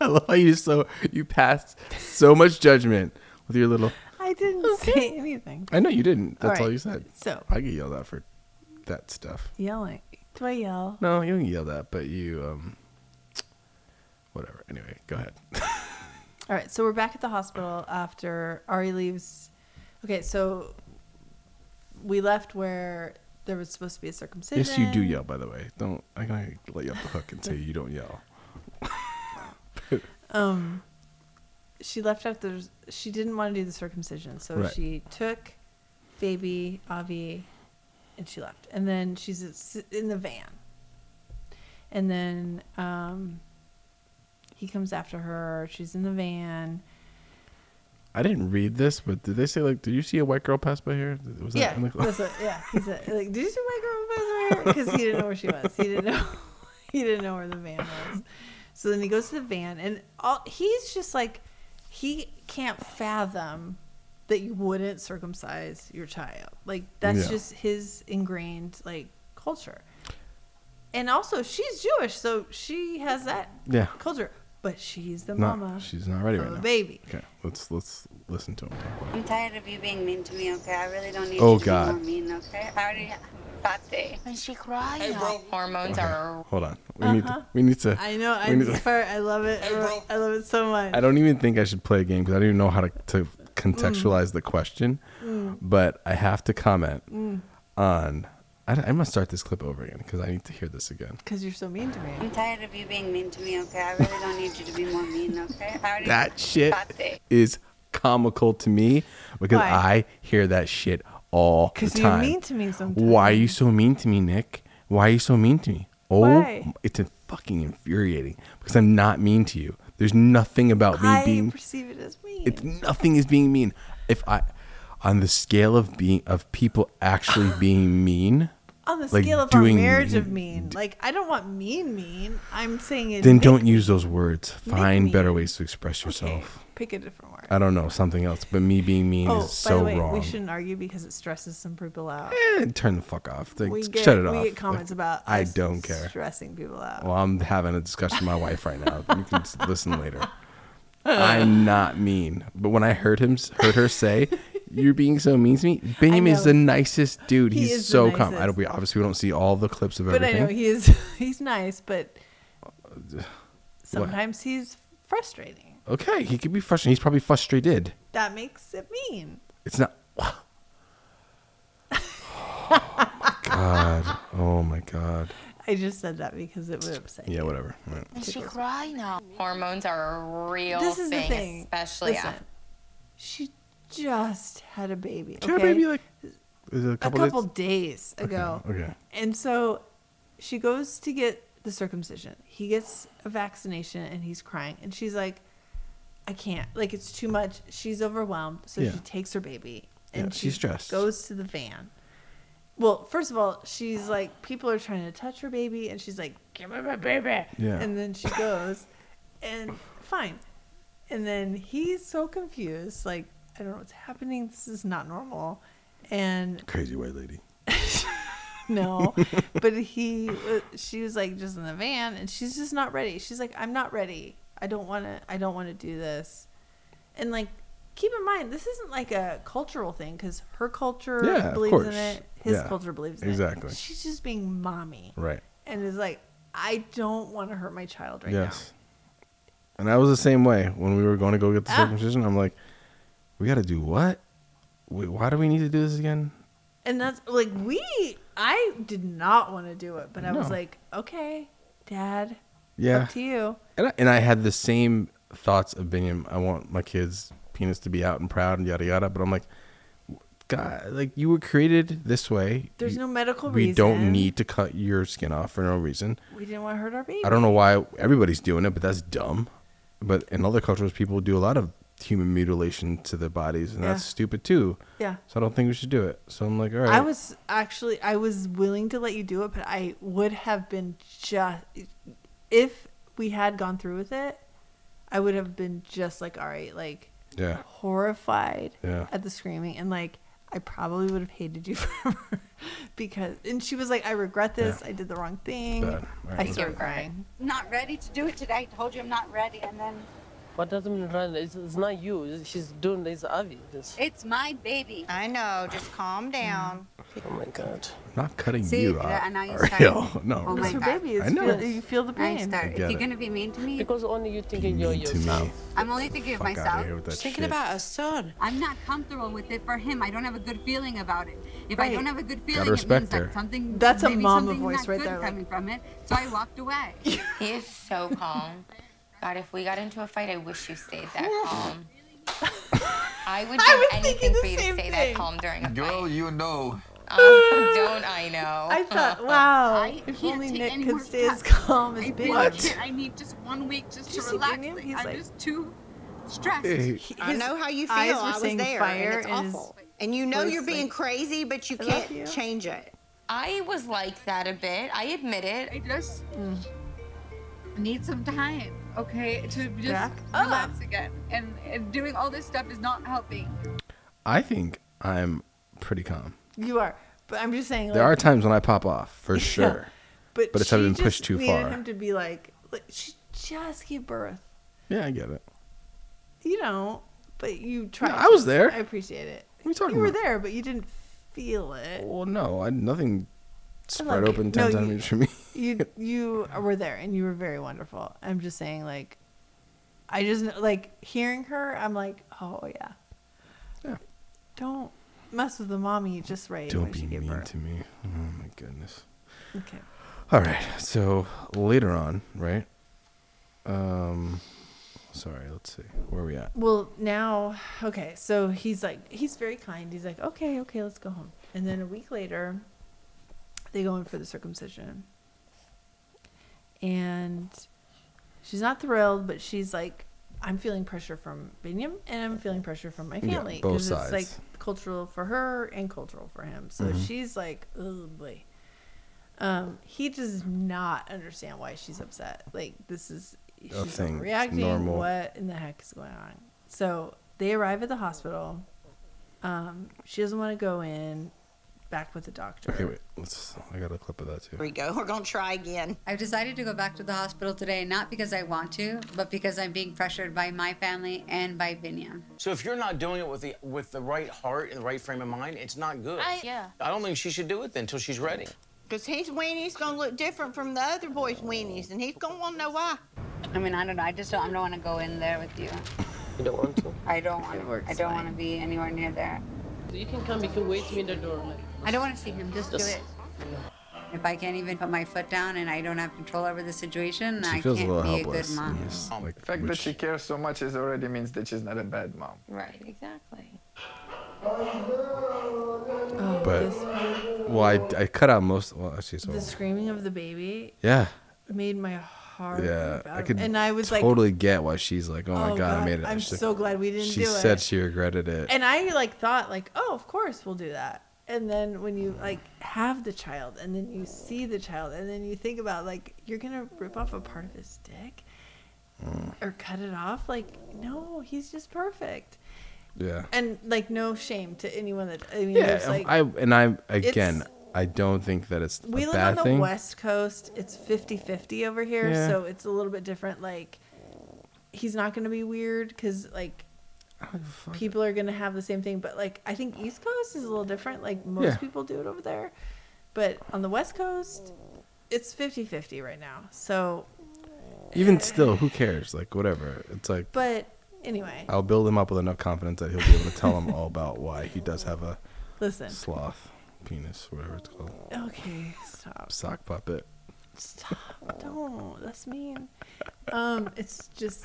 I love how you just so you passed so much judgment with your little. I didn't say anything. I know you didn't. That's all, right, you said. so- I get yelled at for that stuff. Yelling. Do I yell? No, you don't get yelled at, but you um, whatever. Anyway, go ahead. All right, so we're back at the hospital after Ari leaves. Okay, so we left where there was supposed to be a circumcision. Yes, you do yell. By the way, don't I gotta let you off the hook and say you don't yell. Um, she left out the. She didn't want to do the circumcision, so Right. she took baby Avi, and she left. And then she's s- in the van, and then um, he comes after her. She's in the van. I didn't read this, but did they say like, did you see a white girl pass by here? Was yeah, in the- that's what- yeah. He's a, like, did you see my girl Because he didn't know where she was. He didn't know. he didn't know where the van was. So then he goes to the van, and all he's just like, he can't fathom that you wouldn't circumcise your child. Like that's Yeah. just his ingrained like culture. And also, she's Jewish, so she has that Yeah. culture. But she's the Not- mama. she's not ready of right a now. Baby. Okay, let's let's listen to him. I'm tired of you being mean to me, okay? I really don't need Oh, you to God. be more mean, okay? I already got there. And she cried. Hey, bro. Hormones Okay, are. Hold on, we need to, we need to. Uh-huh. I know. I we need to- just fart. I love it. I love it so much. I don't even think I should play a game because I don't even know how to, to contextualize the question. Mm. But I have to comment Mm. on. I, I must start this clip over again because I need to hear this again. Because you're so mean to me. I'm tired of you being mean to me, okay? I really don't need you to be more mean, okay? I already That shit got there. is comical to me because Why? I hear that shit all the 'Cause you're time. mean to me Why are you so mean to me, Nick? Why are you so mean to me? Oh, Why? it's fucking infuriating because I'm not mean to you. There's nothing about me I being perceive it as mean. It's nothing is being mean. If I on the scale of being of people actually being mean, on the like scale of doing our marriage of mean. Like I don't want mean mean. I'm saying it. then make- don't use those words. make Find mean. better ways to express yourself. pick a different word. I don't know something else, but me being mean oh, is so by the way, wrong. we shouldn't argue because it stresses some people out. Eh, turn the fuck off. Like, We s- get- shut it we off. get comments Like, about I us don't care. stressing people out. Well, I'm having a discussion with my wife right now. You can s- listen later. I'm not mean, but when I heard him, s- heard her say, "You're being so mean to me," Benjamin is know. the nicest dude. He He's is the so calm. I nicest. don't. We obviously we don't see all the clips of But I everything. know he is. He's nice, but sometimes he's frustrating. Okay, he could be frustrated. He's probably frustrated. That makes it mean. It's not. God. Oh my God. I just said that because it would upset. Yeah. Whatever. Right. And she cried now. Hormones are a real This is the thing, thing. especially Listen, after. She just had a baby. She had a okay? baby, like, Is it a a couple, couple days? days ago. okay. And so she goes to get the circumcision. He gets a vaccination and he's crying. And she's like, I can't. Like, it's too much. She's overwhelmed. So Yeah. she takes her baby Yeah, and she's stressed. goes to the van. Well, first of all, she's like, people are trying to touch her baby. And she's like, give me my baby. Yeah. And then she goes, and fine. And then he's so confused. Like, I don't know what's happening. This is not normal. And Crazy white lady. no but he uh, she was like just in the van and she's just not ready she's like i'm not ready i don't want to i don't want to do this and like keep in mind this isn't like a cultural thing because her culture Yeah, of believes in course. it his Yeah, culture believes in it exactly. she's just being mommy Right. and is like i don't want to hurt my child right yes. And I was the same way when we were going to go get the Ah. circumcision. I'm like, we got to do what? Wait, why do we need to do this again? now and that's like we i did not want to do it but i was No. like okay dad Yeah. up to you And I, and I had the same thoughts of Binion. I want my kids' penis to be out and proud and yada yada. But I'm like, God, like you were created this way. There's You- no medical We don't reason. need to cut your skin off for no reason. we didn't want to hurt our baby I don't know why everybody's doing it, but that's dumb. But in other cultures, people do a lot of human mutilation to their bodies, and that's Yeah. stupid too. Yeah. So I don't think we should do it. So I'm like, all right. I was actually I was willing to let you do it, but I would have been just if we had gone through with it, I would have been just like, all right, like Yeah. horrified Yeah. at the screaming and like I probably would have hated you forever because and she was like, I regret this, I did the wrong thing. Bad. All right, I let's started go. crying. Not ready to do it today. Told you I'm not ready, and then What doesn't mean right? It's, it's not you. She's doing this obvious. it's my baby. I know. Just calm down. Oh my god. I'm not cutting See, you yeah, out. and now you Ariel. start- No. Oh really. my God. It's her baby. I know. It's You feel the I pain. start. I If get it. you're gonna be mean to me, because only you thinking you're to yourself. me. I'm only thinking of Fuck outta myself. here with that Just thinking shit. about a son. I'm not comfortable with it for him. I don't have a good feeling about it. If I Right. don't have a good Gotta feeling, it respect means that her. something. That's a maybe mama something voice not right good there, like- Coming from it, so I walked away. He is so calm. God, if we got into a fight, I wish you stayed that calm. I would do anything for you to stay that calm during a Girl, you know. Oh, don't I know? I thought, wow, if can't only take Nick any could more stay as crap. calm as I Big. really can't. I need just one week just you to see relax. Binion? Like, He's I'm like- just too stressed. Hey. He- I his know how you eyes feel. were I was saying there, fire and it's and his awful. And you know voice, you're being like, crazy, but you I love can't you. change it. I was like that a bit. I admit it. I just Mm. need some time, okay, to just Back Ah. up. relax again. And, and doing all this stuff is not helping. I think I'm pretty calm. You are. But I'm just saying like, There are times when I pop off for sure. But, but it's she having just been pushed too needed far. him to be like, like, she just gave birth, Yeah, I get it. you know. But you tried. I was to. there. I appreciate it. What are you talking were about? there, but you didn't feel it. Well, no, I nothing spread you. open No, ten you- centimeters for me. You you were there, and you were very wonderful. I'm just saying, like, I just kn- like hearing her. I'm like, oh yeah, yeah. Don't mess with the mommy just right. Don't when she be gave mean birth. to me. Oh my goodness. Okay. All right. So later on, right? Um, sorry. Let's see. Where are we at? Well, now, okay, so he's like, he's very kind. He's like, okay, okay, let's go home. And then a week later, they go in for the circumcision. And she's not thrilled, but she's like, I'm feeling pressure from Binyam and I'm feeling pressure from my Yeah, family. both it's sides. like cultural for her and cultural for him. So Mhm. she's like, oh boy. Um, he does not understand why she's upset. Like, this is, she's A thing. It's reacting. normal. What in the heck is going on? So they arrive at the hospital. Um, she doesn't want to go in back with the doctor. Okay, wait. Let's. I got a clip of that too. we go. We're going to try again. I've decided to go back to the hospital today, not because I want to, but because I'm being pressured by my family and by Binyam. So if you're not doing it with the with the right heart and the right frame of mind, it's not good. I- yeah. I don't think she should do it then until she's ready. Because his weenie's going to look different from the other boy's weenies, and he's going to want to know why. I mean, I don't know. I just don't, I don't want to go in there with you. You don't want to. I don't want to. I don't want to be anywhere near there. You can come. You can wait me in the door. Like, I don't want to see him. Just do Just- it. If I can't even put my foot down and I don't have control over the situation, She I feels a can't little be helpless. a good mom. Yes, like, The fact that she cares so much is already means that she's not a bad mom. Right, exactly. Oh, But this part. well, I, I cut out most. Well, actually, so The screaming of the baby yeah, made my heart. yeah, leap out I of- could and I was like, totally get why she's like, oh my Oh, god, I God, made it. I'm She- so glad we didn't She do it. said she regretted it. And I like thought like, oh, of course we'll do that. And then when you like have the child, and then you see the child, and then you think about like you're gonna rip off a part of his dick Mm. or cut it off, like no, he's just perfect. yeah, And like no shame to anyone that I mean, yeah. there's, like, I and I it's- again, I don't think that it's we a live bad on the thing. west coast it's 50-50 over here Yeah. so it's a little bit different like he's not going to be weird because like people are going to have the same thing but like i think east coast is a little different like most Yeah. people do it over there but on the west coast it's 50-50 right now so Even still, who cares? Like whatever. It's like but anyway I'll build him up with enough confidence that he'll be able to tell him all about why he does have a Listen. sloth penis, whatever it's called, okay stop sock puppet. Stop. Don't. That's mean. Um, it's just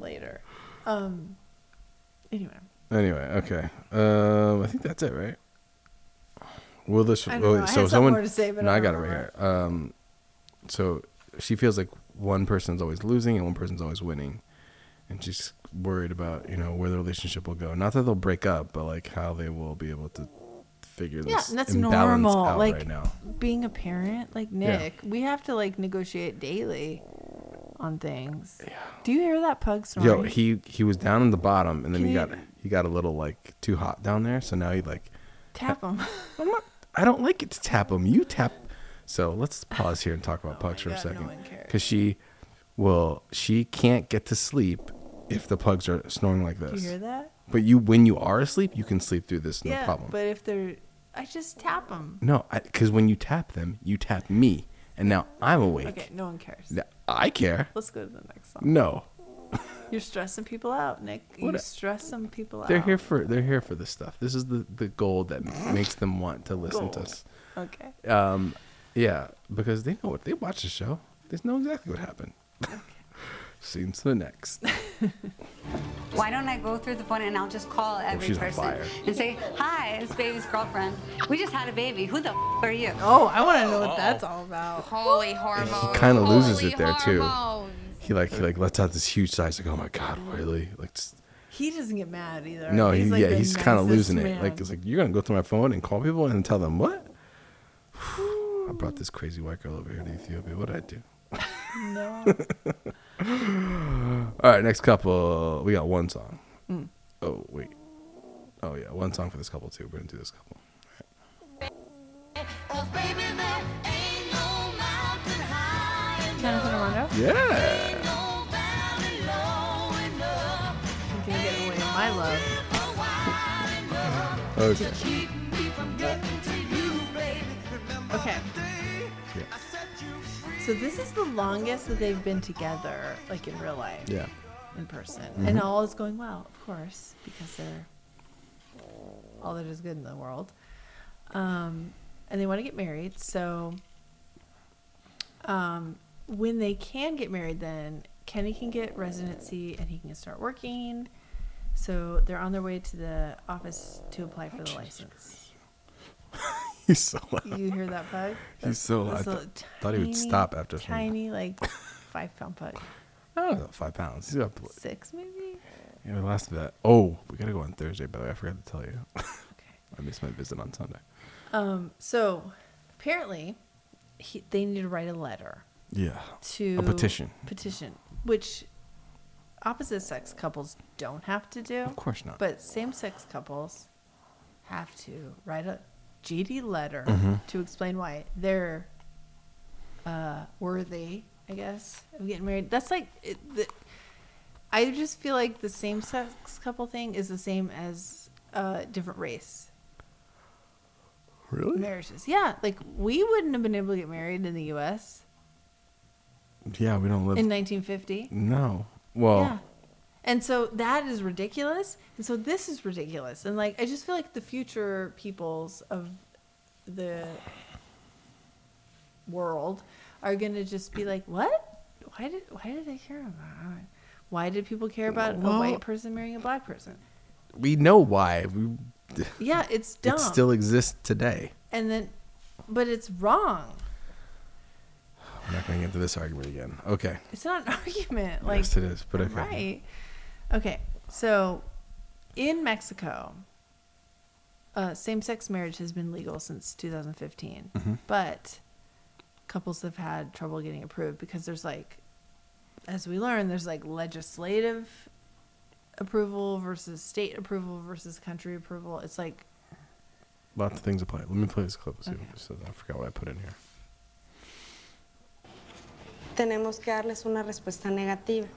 later. Um, anyway. Anyway, okay. Um, I think that's it, right? Will this? I don't oh, know. I had so something someone. more to say, but no, I I don't got it right here. Um, so she feels like one person's always losing and one person's always winning, and she's worried about you know where the relationship will go. Not that they'll break up, but like how they will be able to figure Yeah, this and that's imbalance normal. out like right now. being a parent, like Yeah. Nick, we have to like negotiate daily on things. Do you hear that pug snoring? Yo, he he was down in the bottom, and then Can he you- got he got a little like too hot down there. So now he like tap him. I don't like it to tap him. You tap. So let's pause here and Oh talk about pugs for a second, because she will she can't get to sleep if the pugs are snoring like Do you this. hear that? But you when you are asleep, you can sleep through this, no yeah, problem. but if they're, I just tap them. No, because when you tap them, you tap me, and now I'm awake. Okay, no one cares. Th- I care. Let's go to the next song. No, You're stressing people out, Nick. You What- stress some people they're out. here for they're here for this stuff. This is the the gold that makes them want to listen to Gold. us. Okay. Um, yeah, because they know what they watch the show. They know exactly what happened. Scene to the next. Why don't I go through the phone and I'll just call every she's on person fire. and say, "Hi, it's baby's girlfriend. We just had a baby. Who the f- are you?" Oh, I want to know what that's all about. Holy hormones. He kind of loses it there too. He like he like lets out this huge sigh. He's like, oh my god, really? Like, just, He doesn't get mad either. no, he, like, yeah, the he's kind of nicest losing man. it. Like, it's like you're gonna go through my phone and call people and tell them what? I brought this crazy white girl over here to Ethiopia. What did I do? No. All right, next couple. We got one song. Mm. Oh wait. Oh yeah, one song for this couple too. We're gonna do this couple. Jonathan Armando. Yeah. I'm gonna get away with my love. Okay. Okay. So this is the longest that they've been together, like in real life. Yeah. In person, Mhm. and all is going well, of course, because they're all that is good in the world, um, and they want to get married. So, um, when they can get married, then Kenny can get residency and he can start working. So they're on their way to the office to apply for the license. He's so loud. You hear that bug? He's so loud. That's a Th- thought he would stop after some- Tiny, like five pound bug. Oh, five pounds. He's up to Six maybe. Yeah, the last of that. Oh, we gotta go on Thursday, by the way. I forgot to tell you. I missed my visit on Sunday. Um. So apparently, he, they need to write a letter. Yeah. To A petition. Petition, which opposite sex couples don't have to do. Of course not. But same sex couples have to write a GD letter Mhm. to explain why they're uh, worthy, I guess, of getting married. That's like, it, the, I just feel like the same sex couple thing is the same as uh, different race Really? marriages. Yeah, like we wouldn't have been able to get married in the U.S. Yeah, we don't live. in 1950. no. Well, Yeah. And so that is ridiculous. And so this is ridiculous. And like I just feel like the future peoples of the world are going to just be like, "What? Why did why did they care about? it? Why did people care about a Well- white person marrying a black person?" we know why. We Yeah, it's dumb. It still exists today. and then, but it's wrong. We're not going to get into this argument again. Okay. It's not an argument. Like Yes, it is, but okay. Right. Okay. So, in Mexico, uh, same-sex marriage has been legal since 2015, Mm-hmm. Mhm. but couples have had trouble getting approved because there's like, as we learned, there's like legislative approval versus state approval versus country approval. It's like Lots of things apply. Let me play this clip. and See what it says. I forgot what I put in here. tenemos que darles una respuesta negativa.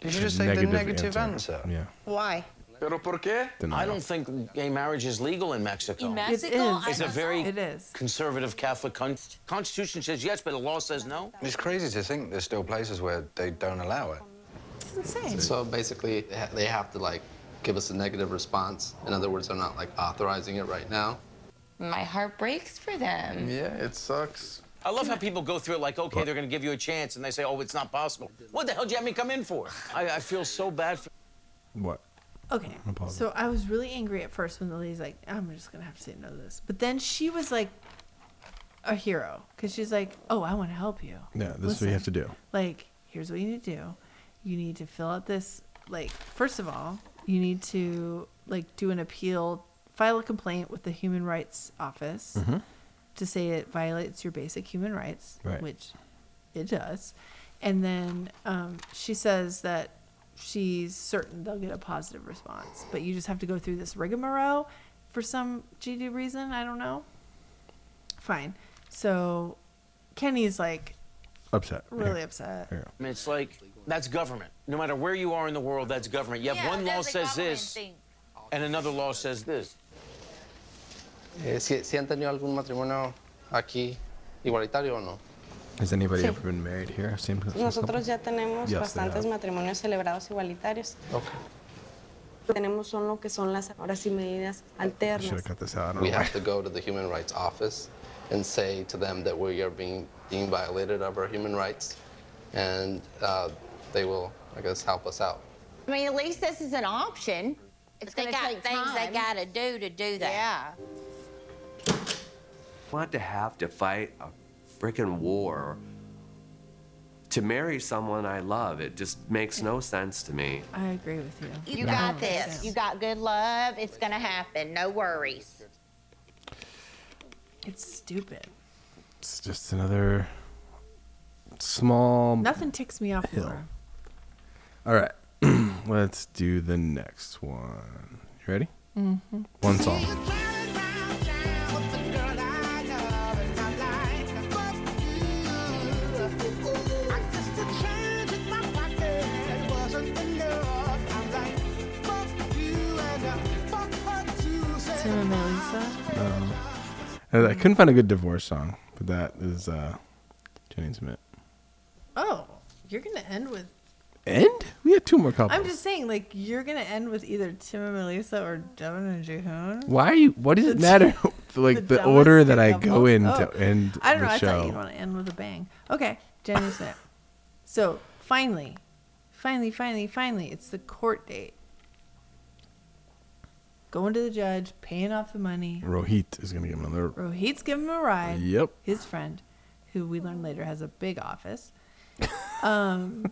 Did you just say the negative answer? Yeah. Why? Pero por qué? I don't think gay marriage is legal in Mexico. In Mexico? It is. It's a I very It is. conservative Catholic con- constitution says yes, but the law says no. It's crazy to think there's still places where they don't allow it. It's insane. So basically, they ha- they have to like give us a negative response. In other words, they're not like authorizing it right now. My heart breaks for them. Yeah, it sucks. I love how people go through it like, okay, they're going to give you a chance, and they say, oh, it's not possible. What the hell did you have me come in for? I, I feel so bad for. What? Okay. I'm pausing. So I was really angry at first when the lady's like, I'm just going to have to say no to this. But then she was like a hero because she's like, oh, I want to help you. Yeah, this is what you have to do. Like, here's what you need to do. You need to fill out this, like, first of all, you need to, like, do an appeal, file a complaint with the Human Rights Office Mhm. to say it violates your basic human rights, Right. which it does. And then um, she says that she's certain they'll get a positive response, but you just have to go through this rigmarole for some GD reason. I don't know. Fine. So Kenny's like Upset. really upset. I mean, it's like, that's government. No matter where you are in the world, that's government. You have one law says this, and another law says this. Eh, si, si han tenido algún matrimonio aquí igualitario o no. Has anybody Sí. ever been married here? Same Pues, Nosotros ya tenemos Yes, they bastantes have. matrimonios celebrados igualitarios. Tenemos son lo que son las ahora sí medidas alternas. We have to go to the human rights office and say to them that we are being being violated of our human rights, and uh, they will, I guess, help us out. I mean, at least this is an option. It's gonna they got take things time. they got to do to do that. Yeah. want to have to fight a freaking war to marry someone I love. It just makes no sense to me. I agree with you. You got this. You got good love. It's going to happen. No worries. It's stupid. It's just another small. Nothing ticks me off hill. more. All right. Let's do the next one. You ready? Mhm. One song. Sam and Melissa. No. Um, I I couldn't find a good divorce song, but that is uh, Jennings Mint. Oh, you're gonna end with. End? We had two more couples. I'm just saying, like you're gonna end with either Tim and Melissa or Devin and Jehoon. Why are you? What does it matter? like the, dumbest order that I couple. go in Oh. to end I don't know. the I show. thought you'd want to end with a bang. Okay, Jenny Smith. So finally, finally, finally, finally, it's the court date. Going to the judge, paying off the money. Rohit is gonna get another. Rohit's giving him a ride. Yep. His friend, who we learn later has a big office. Um,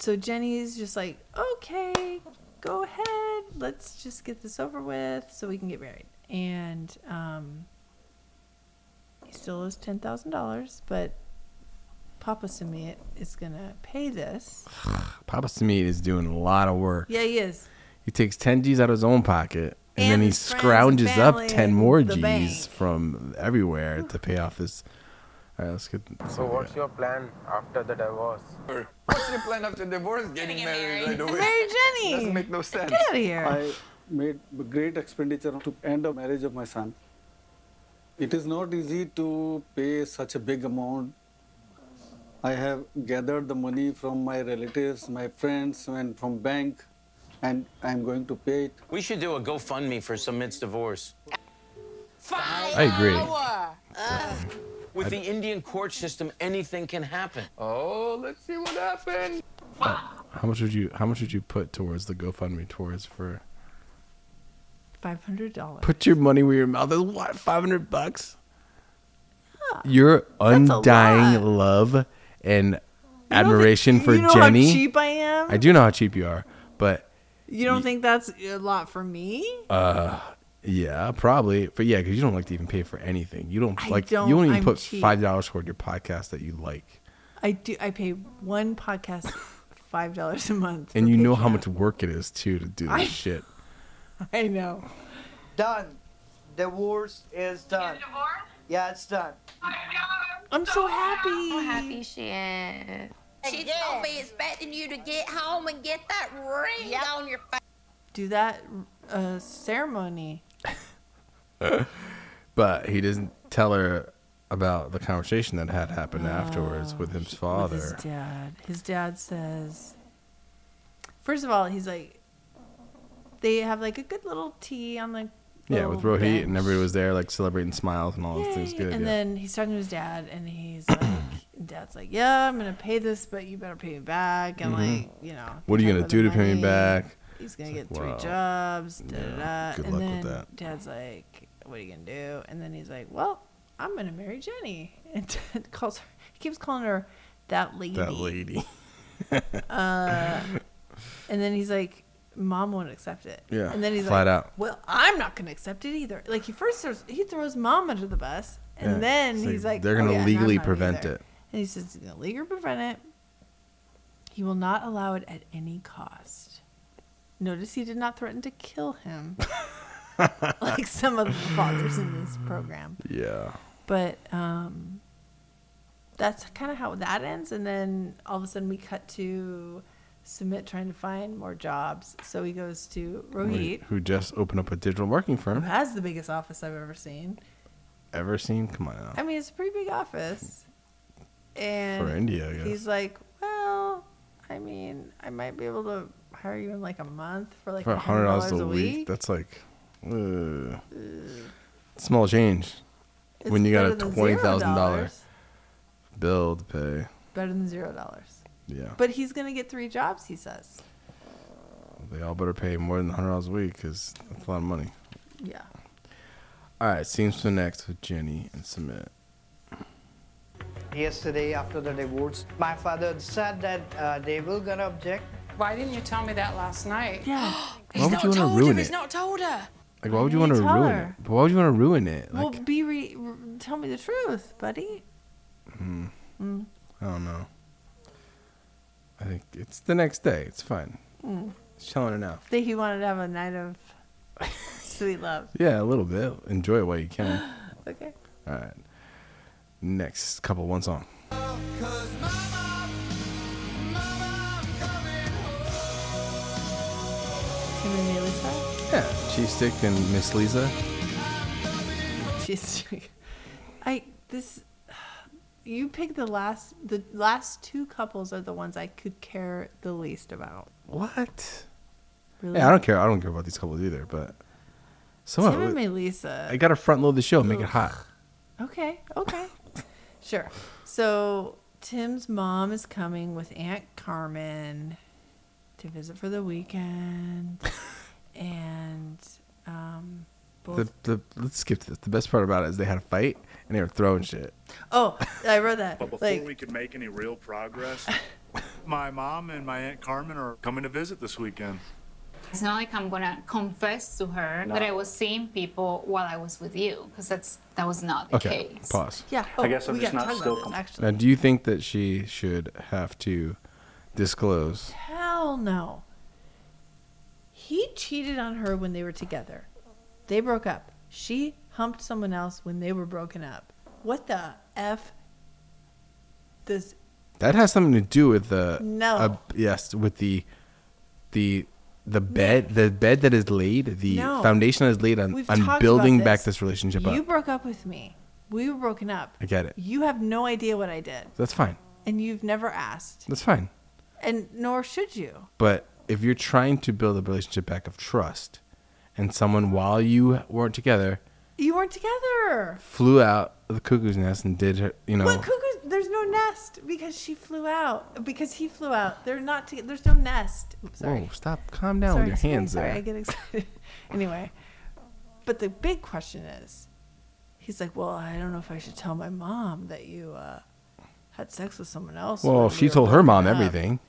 so Jenny's just like, okay, go ahead. Let's just get this over with so we can get married. And um, he still owes $10,000, but Papa Sumit is going to pay this. Papa Smith is doing a lot of work. Yeah, he is. He takes ten G's out of his own pocket, and, then And he his friends, scrounges up family, ten more the G's bank. from everywhere to pay off this. All right, let's get. So what's your plan after the divorce? What's your plan after divorce? Getting, married, right away. Marry Jenny. Doesn't make no sense. I made great expenditure to end the marriage of my son. It is not easy to pay such a big amount. I have gathered the money from my relatives, my friends, and from bank, and I'm going to pay it. We should do a GoFundMe for some Sumit's divorce. I agree. With the Indian court system, anything can happen. Oh, let's see what happens. How much would you? How much would you put towards the GoFundMe towards for Five hundred dollars. Put your money where your mouth is. What? 500 bucks? Your undying love and admiration for you know how Jenny. cheap I am? I do know how cheap you are, but You don't think that's a lot for me? uh, yeah, probably. But yeah, because you don't like to even pay for anything. You don't I like. don't. you don't even I'm put cheap. five dollars toward your podcast that you like, I do. I pay one podcast five dollars a month. and you know how much work it is too to do this I- shit. I know. Done. Divorce is done. Yeah, it's done. I'm so happy. How happy she is. She's gonna be expecting you to get home and get that ring on your face. Do that uh, ceremony. But he doesn't tell her about the conversation that had happened afterwards with his father. Oh, With his dad. His dad says, first of all, he's like, they have like a good little tea on the. yeah, with little Rohit, and everybody was there, like celebrating smiles and all those things. Good. And yeah. then he's talking to his dad, and he's like, Dad's like, Yeah, I'm gonna pay this, but you better pay me back. And Mhm. like, you know, What are you talk gonna about do the to pay me money. back? He's gonna It's like, get three wow. jobs. Da, Yeah, da, da. good and luck then with that. Dad's like, What are you gonna do? And then he's like, Well, I'm gonna marry Jenny. And Dad calls her, he keeps calling her that lady. That lady. Uh, and then he's like, "Mom won't accept it." Yeah, And then he's flat like, out. "Well, I'm not going to accept it either." Like he first throws, he throws mom under the bus, and Yeah. then It's he's like, they're "Oh, gonna yeah, no, legally I'm not prevent either." it. And he says, "He's gonna legally prevent it. He will not allow it at any cost." Notice he did not threaten to kill him, like some of the fathers in this program. Yeah. But um, that's kind of how that ends. And then all of a sudden we cut to Submit trying to find more jobs. So he goes to Rohit, Who just opened up a digital marketing who firm? has the biggest office I've ever seen. Ever seen? Come on now. I mean, it's a pretty big office. And For India, I he's like, well, I mean, I might be able to hire you in like a month for like For hundred dollars a week, that's like uh, small change. It's when you got a better than twenty thousand dollar $0. bill to pay, Better than zero dollars. yeah, But he's going to get three jobs, he says. they all better pay more than hundred dollars a week because that's a lot of money. Yeah. All right, seems to next with Jenny and Submit. Yesterday, after the divorce, my father said that uh, they were gonna object. Why didn't you tell me that last night? Yeah. Why would you want to ruin it? not told her. Like, why would you Why want didn't to you tell ruin her? it? But why would you want to ruin it? Like, well, be re- re- tell me the truth, buddy. hmm, Mm. I don't know. I think it's the next day. It's fine. Mm. She's telling her now. Think he wanted to have a night of sweet love. Yeah, a little bit. Enjoy it while you can. Okay. All right. Next couple, one song. Him and Melissa. Yeah, Chief Stick and Miss Lisa. She's. I this. You pick the last. The last two couples are the ones I could care the least about. What? Really? Yeah, I don't care. I don't care about these couples either. But some of Tim and it, Melissa. I gotta front load the show, make it hot. Okay, okay. sure. So Tim's mom is coming with Aunt Carmen to visit for the weekend. and um both The, the, let's skip this. The best part about it is they had a fight and they were throwing shit. Oh, I wrote that. But before like we could make any real progress, my mom and my Aunt Carmen are coming to visit this weekend. It's not like I'm gonna confess to her No. that I was seeing people while I was with you, because that's that was not the Okay, case. pause. Yeah. I guess I'm just not still com- Now, do you think that she should have to disclose? hell no. He cheated on her when they were together. They broke up. She humped someone else when they were broken up. What the F does That has something to do with the No. uh, yes, with the the the bed the bed that is laid the No. foundation that is laid on, We've on talked building about back this relationship You up. broke up with me. We were broken up. I get it. You have no idea what I did, That's fine. and you've never asked, That's fine. and nor should you. But if you're trying to build a relationship back of trust, and someone while you weren't together You weren't together. flew out of the cuckoo's nest and did her, you know, What cuckoo? There's no nest because she flew out. Because he flew out. They're not. To, there's no nest. Oops, sorry. whoa, stop, calm down sorry, with Oh, your sorry, hands sorry, there. I get excited. anyway, but the big question is, he's like, well, I don't know if I should tell my mom that you uh, had sex with someone else. Well, when she we were told her broken mom up." everything.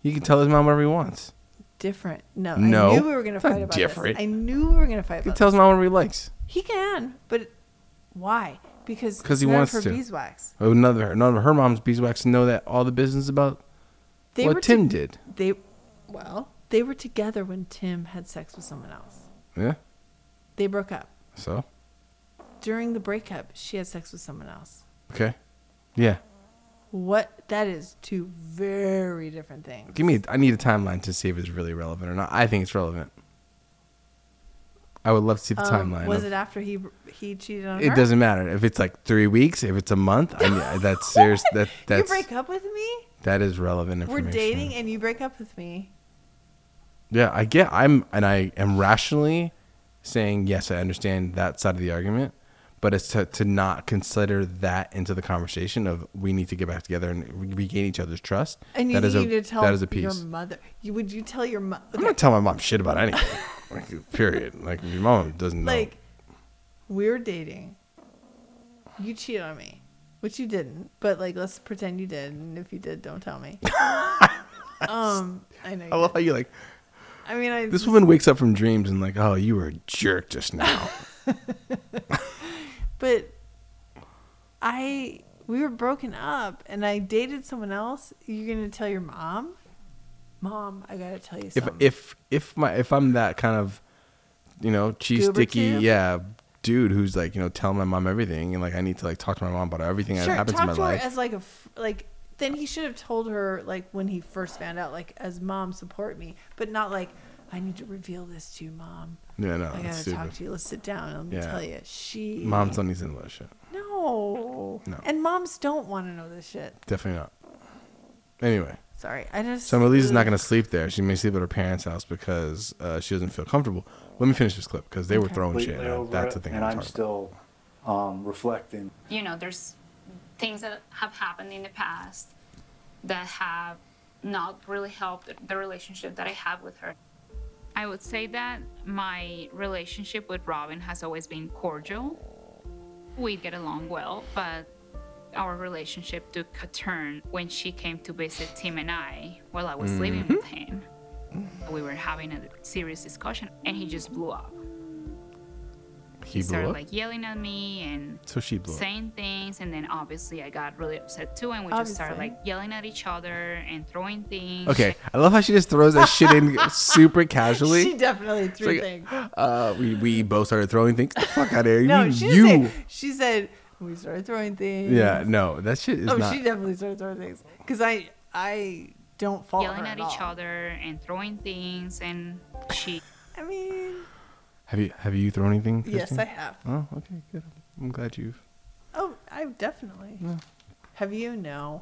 He can tell his mom whatever he wants. Different. No, No, I knew we were gonna it's not fight about different. this. I knew we were gonna fight He about tells this. mom whatever he likes He can, but why? Because because he it's not wants for to. beeswax. Oh, none of her, none of her mom's beeswax know that all the business about were what Tim to- did. They, well, they were together when Tim had sex with someone else. Yeah. They broke up. So During the breakup, she had sex with someone else. okay. Yeah. What? That is two very different things. Give me. A, I need a timeline to see if it's really relevant or not. I think it's relevant. I would love to see the Um, timeline. Was of- it after he he cheated on her? it doesn't matter if it's like three weeks, if it's a month. I mean, that's serious. That You that's break up with me? that is relevant We're information. dating and you break up with me. Yeah, I get. I'm and I am rationally saying yes. I understand that side of the argument, but it's to, to not consider that into the conversation of we need to get back together and re- regain each other's trust. And you that is need to tell that is a your piece. mother. You, would you tell your mother? I'm not telling my mom shit about anything. like, period. Like your mom doesn't know. Like, we're dating. You cheat on me, which you didn't, but like, let's pretend you did. And if you did, don't tell me. um, I know. you I love how did. you like. I mean, I This woman wakes up from dreams and like, oh, you were a jerk just now. But I, we were broken up, and I dated someone else. You're gonna tell your mom? Mom, I gotta tell you if something. if if my if I'm that kind of, you know, cheese Goober sticky, tube? yeah, dude who's like, you know, telling my mom everything and like I need to like talk to my mom about everything that sure, happens talk in my to life. her as like a f- like. Then he should have told her like when he first found out, like as mom support me, but not like I need to reveal this to you, mom. Yeah, no, I gotta that's talk stupid. to you. Let's sit down. and Let me Yeah. tell you, she Mom's don't need to know that shit. no. No. and moms don't want to know this shit. Definitely not. Anyway. Sorry, I just. So Melise is not going to sleep there. She may sleep at her parents' house because uh, she doesn't feel comfortable. Let me finish this clip because they were Okay. throwing shit. completely at her. over That's it, the thing. and I'm, talking about. still um, reflecting. you know, there's things that have happened in the past that have not really helped the relationship that I have with her. I would say that my relationship with Robin has always been cordial. We get along well, but our relationship took a turn when she came to visit Tim and I while I was living with Mm-hmm. him. We were having a serious discussion, and he just blew up. He blew started up? like yelling at me and So she blew up. saying things and then obviously I got really upset too and we just started Obviously. like yelling at each other and throwing things. Okay, I love how she just throws that shit in super casually. She definitely It's threw like, things. Uh, we, we both started throwing things. Get the fuck out of here. No, you. she you. didn't say. She said we started throwing things. Yeah, no, that shit is Oh, not. she definitely started throwing things because I I don't fault yelling her at, at, each all. other and throwing things and she I mean, Have you have you thrown anything? Yes, Kristen? I have. Oh, okay, good. I'm glad you've. oh, I definitely. Yeah. Have you no?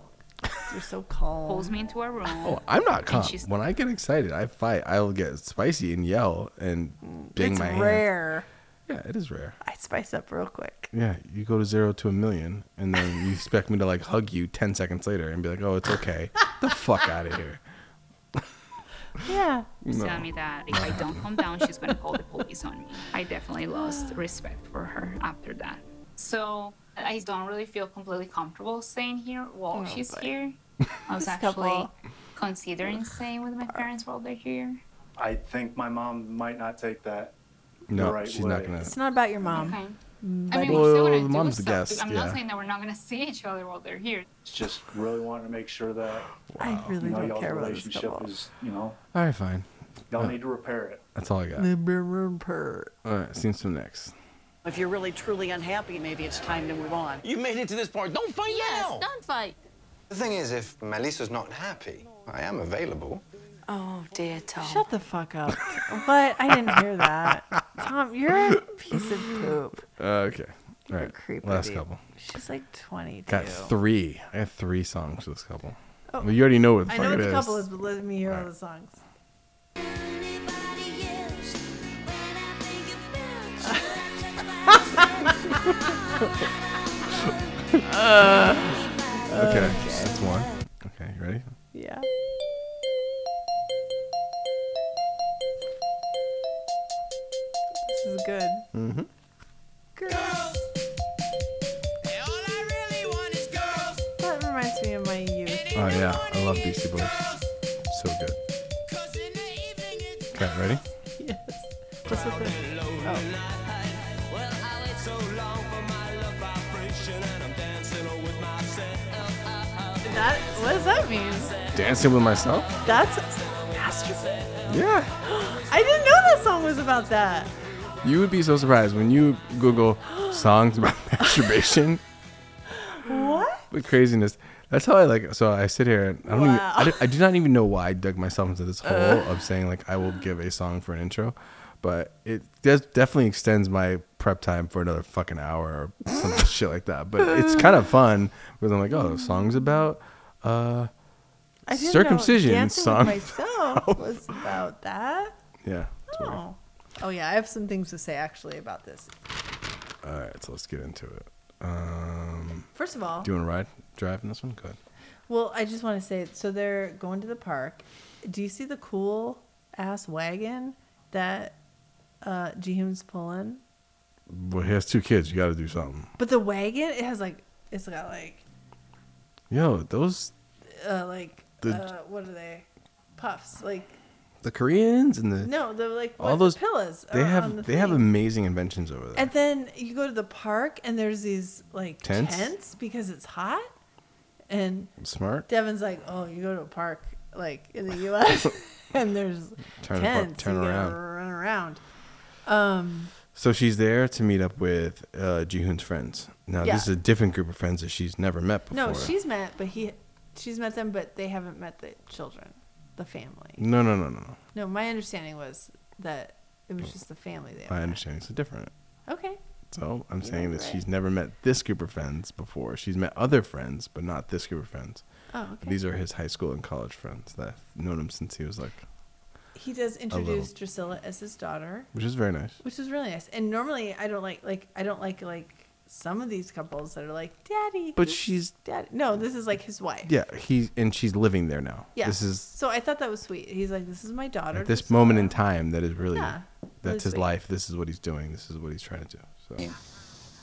You're so calm. pulls me into a room. Oh, I'm not and calm. she's- When I get excited, I fight. I'll get spicy and yell and bang it's my hand. rare. Yeah, it is rare. I spice up real quick. Yeah, you go to zero to a million, and then you expect me to like hug you ten seconds later and be like, "Oh, it's okay." the fuck out of here. Yeah. She's No. telling me that if I don't calm down, she's gonna call the police on me. I definitely lost respect for her after that. So I don't really feel completely comfortable staying here while Oh, she's boy. here. I was This actually couple. considering staying with my parents while they're here. I think my mom might not take that. No, the right she's way. not gonna. It's not about your mom. Okay. I Buddy. mean, we're still Well, gonna the do mom's the stuff. guest, I'm yeah. not saying that we're not gonna see each other while they're here. It's just really wanting to make sure that I really you know, don't y'all's care about this relationship couple. is, you know, All right, fine. y'all Uh, need to repair it. That's all I got. All right, scenes from next. If you're really truly unhappy, maybe it's time to move on. You made it to this part. Don't fight Yes, now. don't fight. The thing is, if Melissa's not happy, I am available. Oh dear, Tom. Shut the fuck up. what? I didn't hear that. Tom, you're a piece of poop. Uh, okay. All right. creepy. Last couple. She's like 22. Got three. I got three songs for this couple. Oh. Well, you already know what the I fuck know it what the is. couple is, but let me hear all the songs. okay, that's one. Okay, you ready? Yeah. This is good. Mm-hmm. That reminds me of my youth. Oh yeah, I love Beastie Boys. So good. Okay, ready? Yes. What's the thing? Oh. That, what does that mean? Dancing with myself? That's masturbation. Yeah. I didn't know that song was about that. You would be so surprised when you Google songs about masturbation. What? The craziness. That's how I like. So I sit here and I don't even. I do, I do not even know why I dug myself into this hole Uh. of saying like I will give a song for an intro, but it does definitely extends my prep time for another fucking hour or some shit like that. But it's kind of fun because I'm like, oh, songs about uh Mm. I didn't know circumcision Dancing song. Oh. With myself was about that. yeah. Oh. Oh yeah, I have some things to say actually about this. All right. So let's get into it. Um, First of all- do you want to ride drive in this one? Go ahead. Well, I just want to say so they're going to the park. Do you see the cool ass wagon that uh Jihoon's pulling? Well, he has two kids. You got to do something. But the wagon, it has like it's got like Yo, those uh like The- uh what are they? Puffs. Like the Koreans and the no, they're like all those pillows. They have they have amazing inventions over there. And then you go to the park and there's these like Tents? tents, because it's hot. And Smart. Devin's like, oh, you go to a park like in the U.S. and there's Turn a par- tents. turn you gotta around. run around. Um, So she's there to meet up with uh, Jihoon's friends. Now Yeah. this is a different group of friends that she's never met before. no, she's met, but he, she's met them, but they haven't met the children, the family. no, no, no, no, no. No, my understanding was that it Oh. was just the family there. My understanding's different. Okay. So I'm saying that she's never met this group of friends before. She's met other friends, but not this group of friends. Oh, okay. These are his high school and college friends that have known him since he was like, He does A little. introduce Drusilla as his daughter. which is very nice. which is really nice. And normally I don't like like I don't like like some of these couples that are like daddy. But this is she's- daddy. No, this is like his wife. Yeah, he and she's living there now. Yeah. This is so I thought that was sweet. He's like, this is my daughter. at this This- moment in time that is really Yeah, that's really his sweet. life this is what he's doing this is what he's trying to do so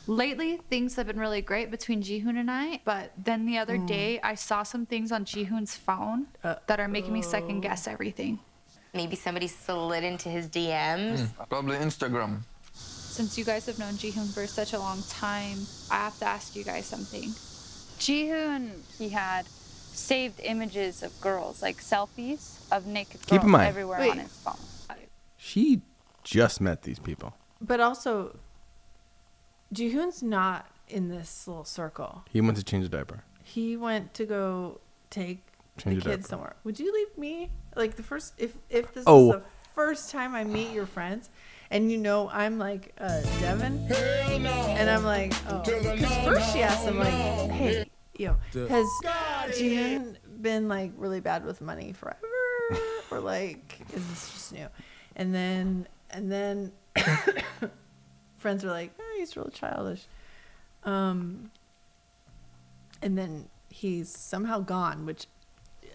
Lately, things have been really great between Jihoon and I, but then the Mm. other day, I saw some things on Jihoon's phone Uh, that are making me second oh. guess everything. Maybe somebody slid into his DMs. Mm. Probably Instagram. Since you guys have known Jihoon for such a long time, I have to ask you guys something. Jihoon, he had saved images of girls, like selfies of naked Keep in girls mind- everywhere Wait. on his phone. she just met these people but also, Jihoon's not in this little circle. he went to change a diaper He went to go take Change the it kids up. somewhere. Would you leave me? Like the first if if this Oh. is the first time I meet your friends. And you know I'm like uh, Devin, and I'm like, oh, because first she asked him like, hey, yo, Duh. has Jihoon been like really bad with money forever, or like is this just new? And then and then friends were like, oh, he's real childish, um, and then he's somehow gone, which.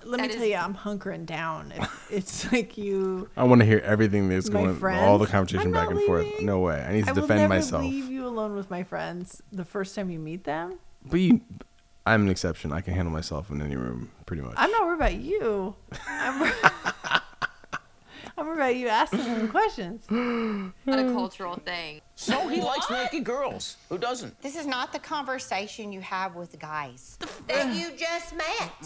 Let me That tell is- you, I'm hunkering down. If it's like you i want to hear everything that's My going friends? all the conversation back and forth no way i need to defend myself will never leave you alone with my friends the first time you meet them. but you, i'm an exception i can handle myself in any room pretty much I'm not worried about you. I'm, I'm worried about you asking them questions. Not a cultural thing. So he likes naked girls. Who doesn't? This is not the conversation you have with guys. That you just met.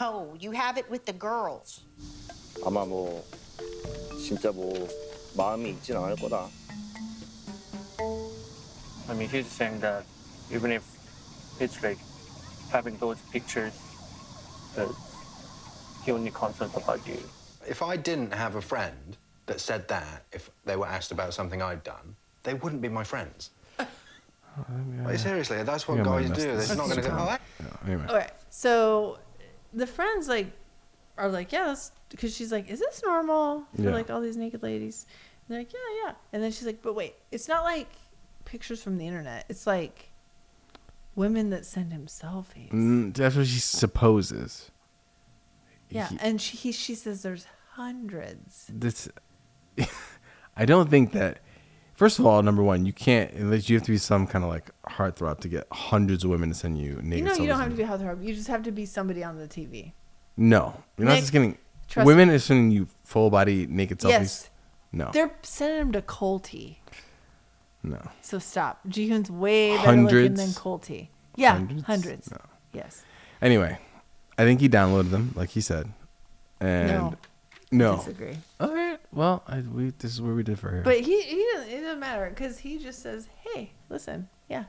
No, you have it with the girls. 아마 뭐 진짜 뭐 마음이 있진 않을 거다. I mean, he's saying that even if it's like having those pictures, that he only concerns about you. If I didn't have a friend that said that, if they were asked about something I'd done, they wouldn't be my friends. Like, seriously, that's what Yeah, I might guys have do. messed They're this not up. going to go, oh, I anyway Okay, so the friends like are like, yeah, that's because she's like, is this normal for Yeah. like all these naked ladies? And they're like, yeah, yeah. And then she's like, but wait, it's not like pictures from the internet. It's like women that send him selfies. Mm, that's what she supposes Yeah, and she he, she says there's hundreds. this i don't think that First of all, number one, you can't unless you have to be some kind of like heartthrob to get hundreds of women to send you naked. You know, selfies you don't and- have to be heartthrob. You just have to be somebody on the TV. No, you're not Nick, just getting trust women are sending you full body naked selfies. Yes. No, They're sending him to Colty. no. So stop. Jihoon's way better looking than Hundreds? Colty. Yeah, hundreds. Hundreds? Yes. Anyway, I think he downloaded them, like he said, and no. I disagree. All right. Well, I, we this is what we did for her. But he, he doesn't, it doesn't matter because he just says, hey, listen, yeah.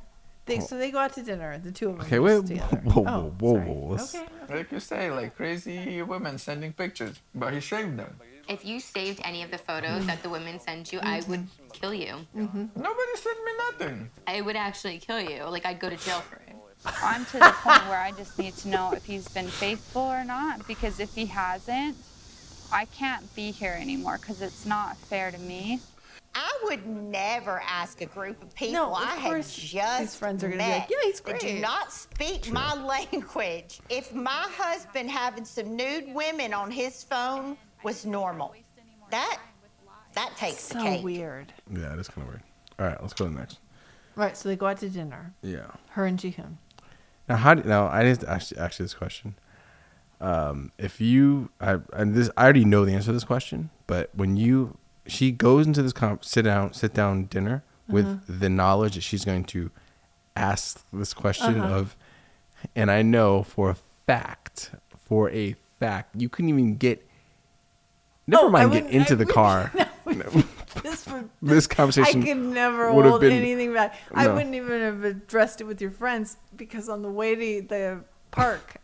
They, Oh. So they go out to dinner, the two of them. okay, just wait. together. Whoa, whoa, Oh, whoa, whoa, whoa. Let's, Like you say, like crazy women sending pictures, but he saved them. If you saved any of the photos that the women send you, I would kill you. Mm-hmm. Nobody sent me nothing. I would actually kill you. Like I'd go to jail for it. I'm to the point where I just need to know if he's been faithful or not because if he hasn't, I can't be here anymore because it's not fair to me. I would never ask a group of people of I had course just his friends are gonna be met like, "Yeah, he's that great." Do not speak my language. If my husband having some nude women on his phone was normal, that that takes the so cake. weird. yeah, that's kind of weird. All right, let's go to the next. Right, so they go out to dinner, Yeah. her and Jihoon. Now, how do now? I just actually actually this question. Um, if you, I, and this, I already know the answer to this question, but when you, she goes into this com- sit down, sit down dinner with Uh-huh. the knowledge that she's going to ask this question Uh-huh. of, and I know for a fact, for a fact, you couldn't even get. Oh, Never mind, get into the car. This, would- This conversation I could never would have hold been- anything back. I No. wouldn't even have addressed it with your friends because on the way to the park,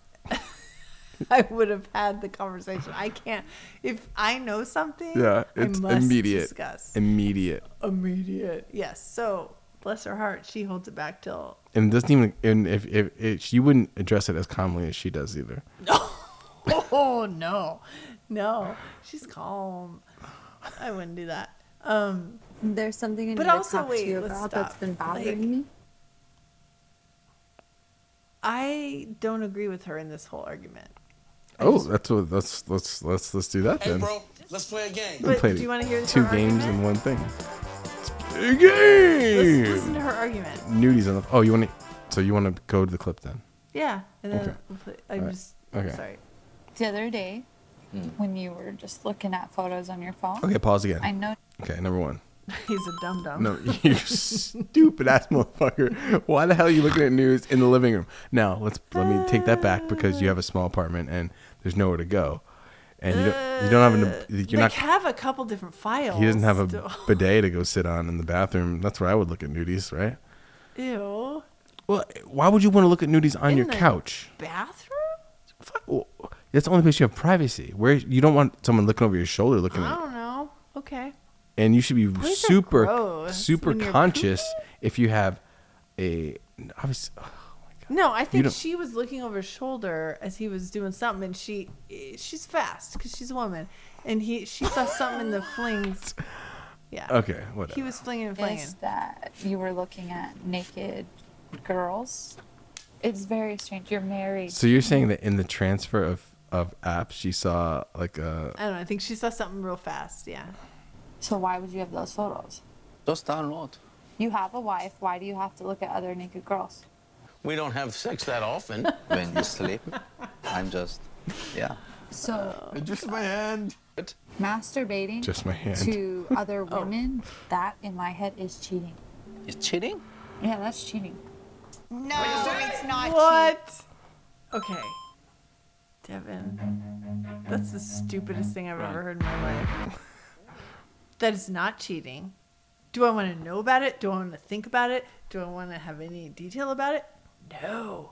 I would have had the conversation. I can't. If I know something, Yeah, I it's must immediate. Discuss. Immediate. Immediate. Yes. So bless her heart, she holds it back till and it doesn't even and if if it, she wouldn't address it as calmly as she does either. oh no, no, she's calm. I wouldn't do that. Um, There's something I But need to also, talk wait, to you let's about that's stop. been bothering Like- me. I don't agree with her in this whole argument. Oh, that's what that's let's let's let's do that then. let's play a game. We But played do you want to hear two her games argument? in one thing. A game. Let's listen to her argument. Nudies on the. Oh, you want to? So you want to go to the clip then? Yeah, and then Okay. we'll play, I'm Alright. just Okay. Hmm. sorry. The other day, when you were just looking at photos on your phone, Okay, pause again. I know Okay, number one. he's a dum dum. No, you stupid ass motherfucker. Why the hell are you looking at news in the living room? Now let's let me take that back because you have a small apartment and there's nowowhere to go, and you don't, you don't have an. You're like not. have a couple different files. He doesn't have a to- bidet to go sit on in the bathroom. That's where I would look at nudies, right? Ew. Well, why would you want to look at nudies on In your the couch? Bathroom? That's the only place you have privacy. Where you don't want someone looking over your shoulder looking I at, don't know. Okay. and you should be Places are super, gross super when you're conscious if you have a obviously. No, I don't- think she was looking over his shoulder as he was doing something, and she she's fast because she's a woman, and he she saw something in the flings. Yeah. Okay, whatever. He was flinging and flinging. is that you were looking at naked girls. It's very strange. You're married. So you're saying that in the transfer of of apps, she saw like uh, a I don't know. I think she saw something real fast. Yeah. So why would you have those photos? Just download. You have a wife. Why do you have to look at other naked girls? We don't have sex that often. When you sleep, I'm just, yeah. So Uh, Just my hand. masturbating Just my hand. to other women, that in my head is cheating. Is cheating? Yeah, that's cheating. No, it's not. What? Okay. Devin, that's the stupidest thing I've ever heard in my life. That is not cheating. Do I want to know about it? Do I want to think about it? Do I want to have any detail about it? No.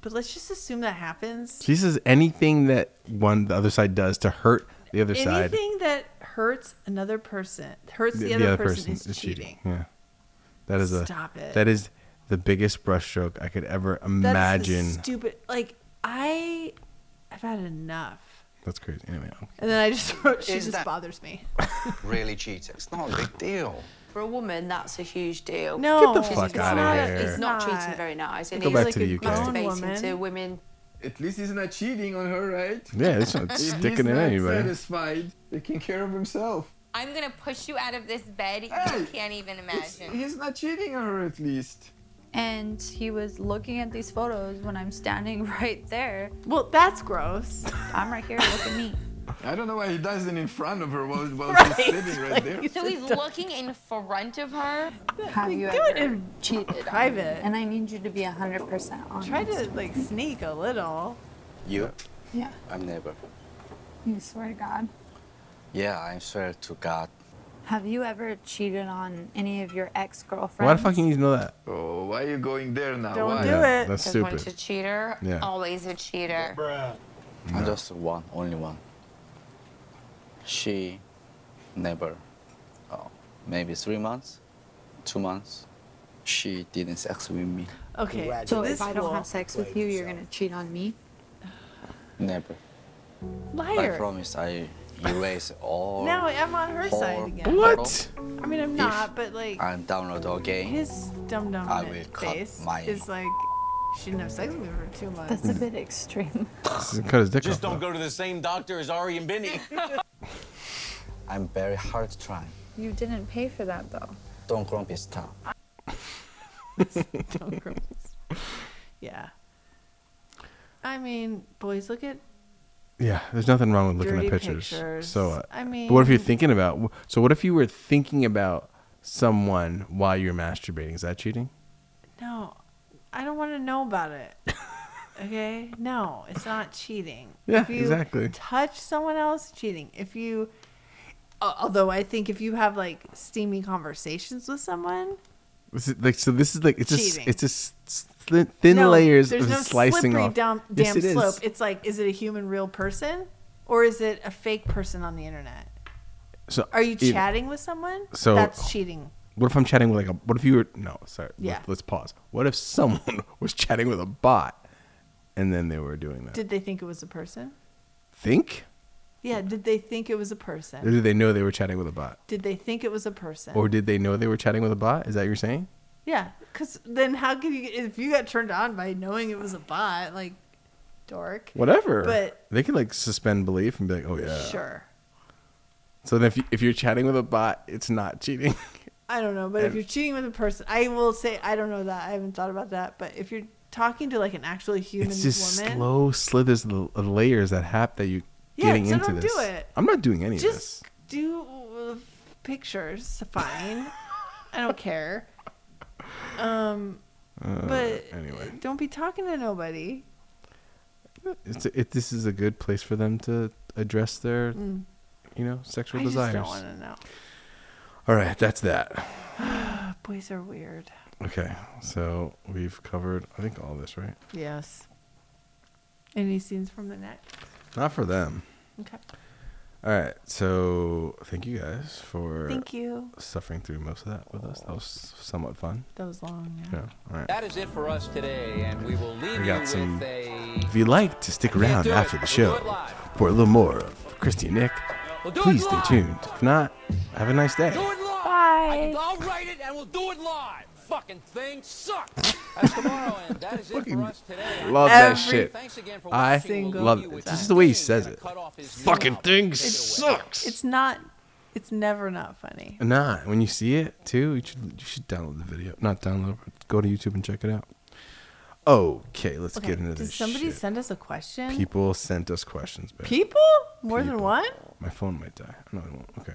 But let's just assume that happens. she says anything that one the other side does to hurt the other side. Anything that hurts another person, hurts the, other, person, is, cheating. Yeah, that is a Stop it. that is the biggest brushstroke I could ever That's the imagine. That's, stupid. Like I, I've had enough. crazy. Anyway, And then I just wrote, she Is just that- bothers me. really cheating. It's not a big deal. For a woman, that's a huge deal. No. Get the fuck It's outta not- here. It's not It's not. treating very nice. And Go he's back like to the UK. masturbating woman. to women. At least he's not cheating on her, right? Yeah, it's not If sticking he's it not anyway. Satisfied. He can care of himself. I'm gonna push you out of this bed. You can't even imagine. He's not cheating on her at least. And he was looking at these photos when I'm standing right there. Well, that's gross. I'm right here. Look at me. I don't know why he does it in front of her while, while she's Oh, sitting right there. So he's looking in front of her. Have you do it ever cheated? private. And I need you to be 100% honest. Try to like sneak a little. You? Yeah. I'm never. You swear to God. Yeah, I swear to God. Have you ever cheated on any of your ex-girlfriends? Why the fuck you need to know that? Oh, why are you going there now? Don't why? do Yeah, it. that's Because once stupid. a cheater, Yeah. always a cheater. I'm just one, only one. She never, oh, maybe three months, two months, she didn't sex with me. Okay. So this if I don't fool- have sex with you, you're gonna cheat on me? Never. I Liar. promise I erase all. Now I'm on her side all again. photo. I mean, I'm not, but like I'm download again. his dumb I dumb will cut face my- is like she didn't have sex with me for two months. That's a bit extreme. Cut his dick Just off. don't go to the same doctor as Ari and Benny. I'm very hard trying. You didn't pay for that though. Don't grumpy stop. yeah. I mean, boys, look at Yeah, there's nothing wrong with looking Dirty at pictures. pictures. So, uh, I but what if you're mean- thinking about? So, what if you were thinking about someone while you're masturbating? Is that cheating? no. I don't want to know about it. Okay, no, it's not cheating. Yeah, if you exactly. Touch someone else, cheating. If you, al- although I think if you have like steamy conversations with someone, This is like so. This is like it's just Cheating. it's just sli- thin No, layers there's of no slicing slippery off. Damn, damn Yes, it is. slope. It's like, is it a human, real person, or is it a fake person on the internet? So Are you either- chatting with someone? So oh, that's cheating. What if I'm chatting with like a? What if you were? No, sorry. Yeah. Let's, let's pause. What if someone was chatting with a bot, and then they were doing that? Did they think it was a person? Think? Yeah. Did they think it was a person? Or did they know they were chatting with a bot? Did they think it was a person? Or did they know they were chatting with a bot? Is that what you're saying? yeah. Because then, how could you? If you got turned on by knowing it was a bot, like dork. Whatever. But they could like suspend belief and be like, oh yeah. sure. So then if, you, if you're chatting with a bot, it's not cheating. I don't know, but if And- you're cheating with a person, I will say I don't know that. I haven't thought about that. But if you're talking to like an actually human it's just woman, slow slithers of of layers that hap that you Yeah, getting so into don't do this. it. I'm not doing any of this. just do uh, pictures. Fine, I don't care. Um, Uh, but anyway, don't be talking to nobody. it's it, this is a good place for them to address their, Mm. you know, sexual I just desires. don't want to know. All right, that's that. Boys are weird. Okay, so we've covered I think all this, right? Yes. Any scenes from the neck? Not for them. Okay. All right, so thank you guys for Thank you. suffering through most of that with us. That was somewhat fun. That was long. Yeah. All right. That is it for us today, and we will leave you We got with some. a. If you'd like to stick around do it. after the We'll show do it live. for a little more of Christy and Nick, We'll do it please stay live. tuned. If not, have a nice day. Do it live! Bye! I'll write it and we'll do it live! Fucking thing sucks! That's tomorrow, and that is it for us today. Love that shit. Thanks again for I watching. We'll love leave you it. with This that. is the way he says it. Cut off his new Fucking album. thing Take it away. sucks. It's not. It's never not funny. Nah, when you see it too, you should you should download the video. Not download, but go to YouTube and check it out. Okay, let's Okay, get into Did this. somebody shit. uh, send us a question? People sent us questions, babe. People? More than one? My phone might die. No, it won't. Okay.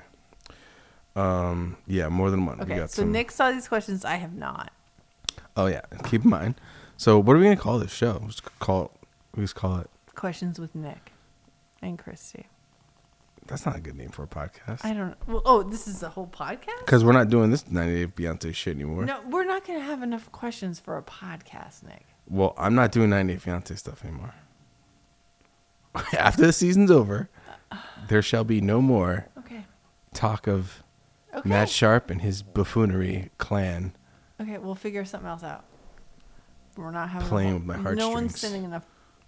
Um. Yeah, more than one. Okay, we so got some. Nick saw these questions. I have not. oh yeah. Keep in mind. So what are we gonna call this show? Just call. We just call it. Questions with Nick and Christy. That's not a good name for a podcast. I don't. Well, oh, this is a whole podcast. Because we're not doing this 90 Day Beyonce shit anymore. No, we're not going to have enough questions for a podcast, Nick. Well, I'm not doing 90 Day Fiance stuff anymore. After the season's over, there shall be no more Okay. talk of Okay. Matt Sharp and his buffoonery clan. Okay, we'll figure something else out. We're not having a Playing whole- with my No one's heartstrings. sending enough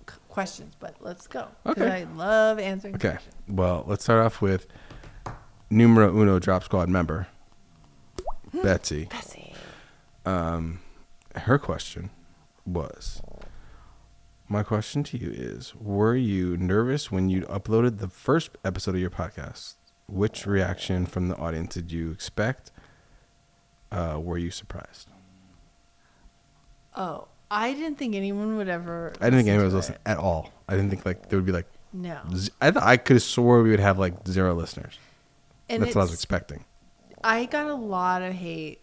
c- questions, but let's go. 'Cause Okay. I love answering. Okay. questions. Well, let's start off with numero uno drop squad member Betsy. Hmm, Betsy. Um, her question was, my question to you is, were you nervous when you uploaded the first episode of your podcast? Which reaction from the audience did you expect? Uh, were you surprised? Oh, I didn't think anyone would ever. I didn't think listen anyone was to it. listening at all. I didn't think like there would be like. No. z- I th- I could have swore we would have like zero listeners. And That's what I was it's- expecting. I got a lot of hate,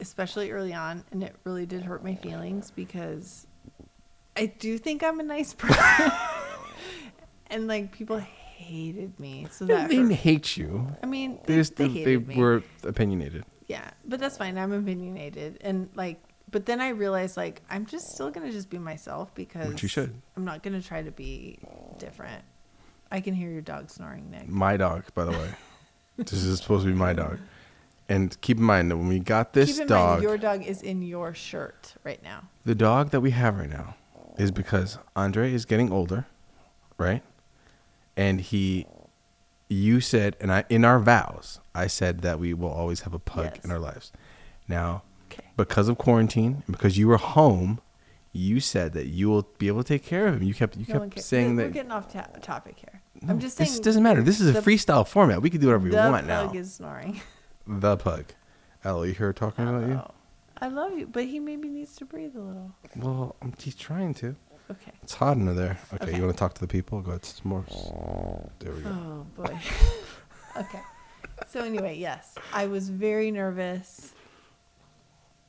especially early on, and it really did hurt my feelings because I do think I'm a nice person, and like people hated me. So They that didn't hurt. hate you. I mean, they they- just they they, hated me. were opinionated. Yeah, but that's fine. I'm opinionated, and like, but then I realized like I'm just still gonna just be myself because Which you should. I'm not gonna try to be different. I can hear your dog snoring, Nick. My dog, by the way. this is supposed to be my dog. And keep in mind that when we got this Keep in dog, mind, your dog is in your shirt right now. the dog that we have right now is because Andre is getting older, right? And he, you said, and I, in our vows, I said that we will always have a pug in our lives. Now, because of quarantine, and because you were home, you said that you will be able to take care of him. You kept, you No one kept cares. saying we're, that we're getting off ta- topic here. No, I'm just saying This doesn't matter. This is a the- freestyle format. We can do whatever we the want now. pug is snoring. Oh. the pug. Ella, you hear her talking about you? I love you, but he maybe needs to breathe a little. Well, I'm, he's trying to. Okay. It's hot in there. Okay, Okay. you want to talk to the people? Go ahead. Some more. There we go. Oh boy. okay. So anyway, yes, I was very nervous.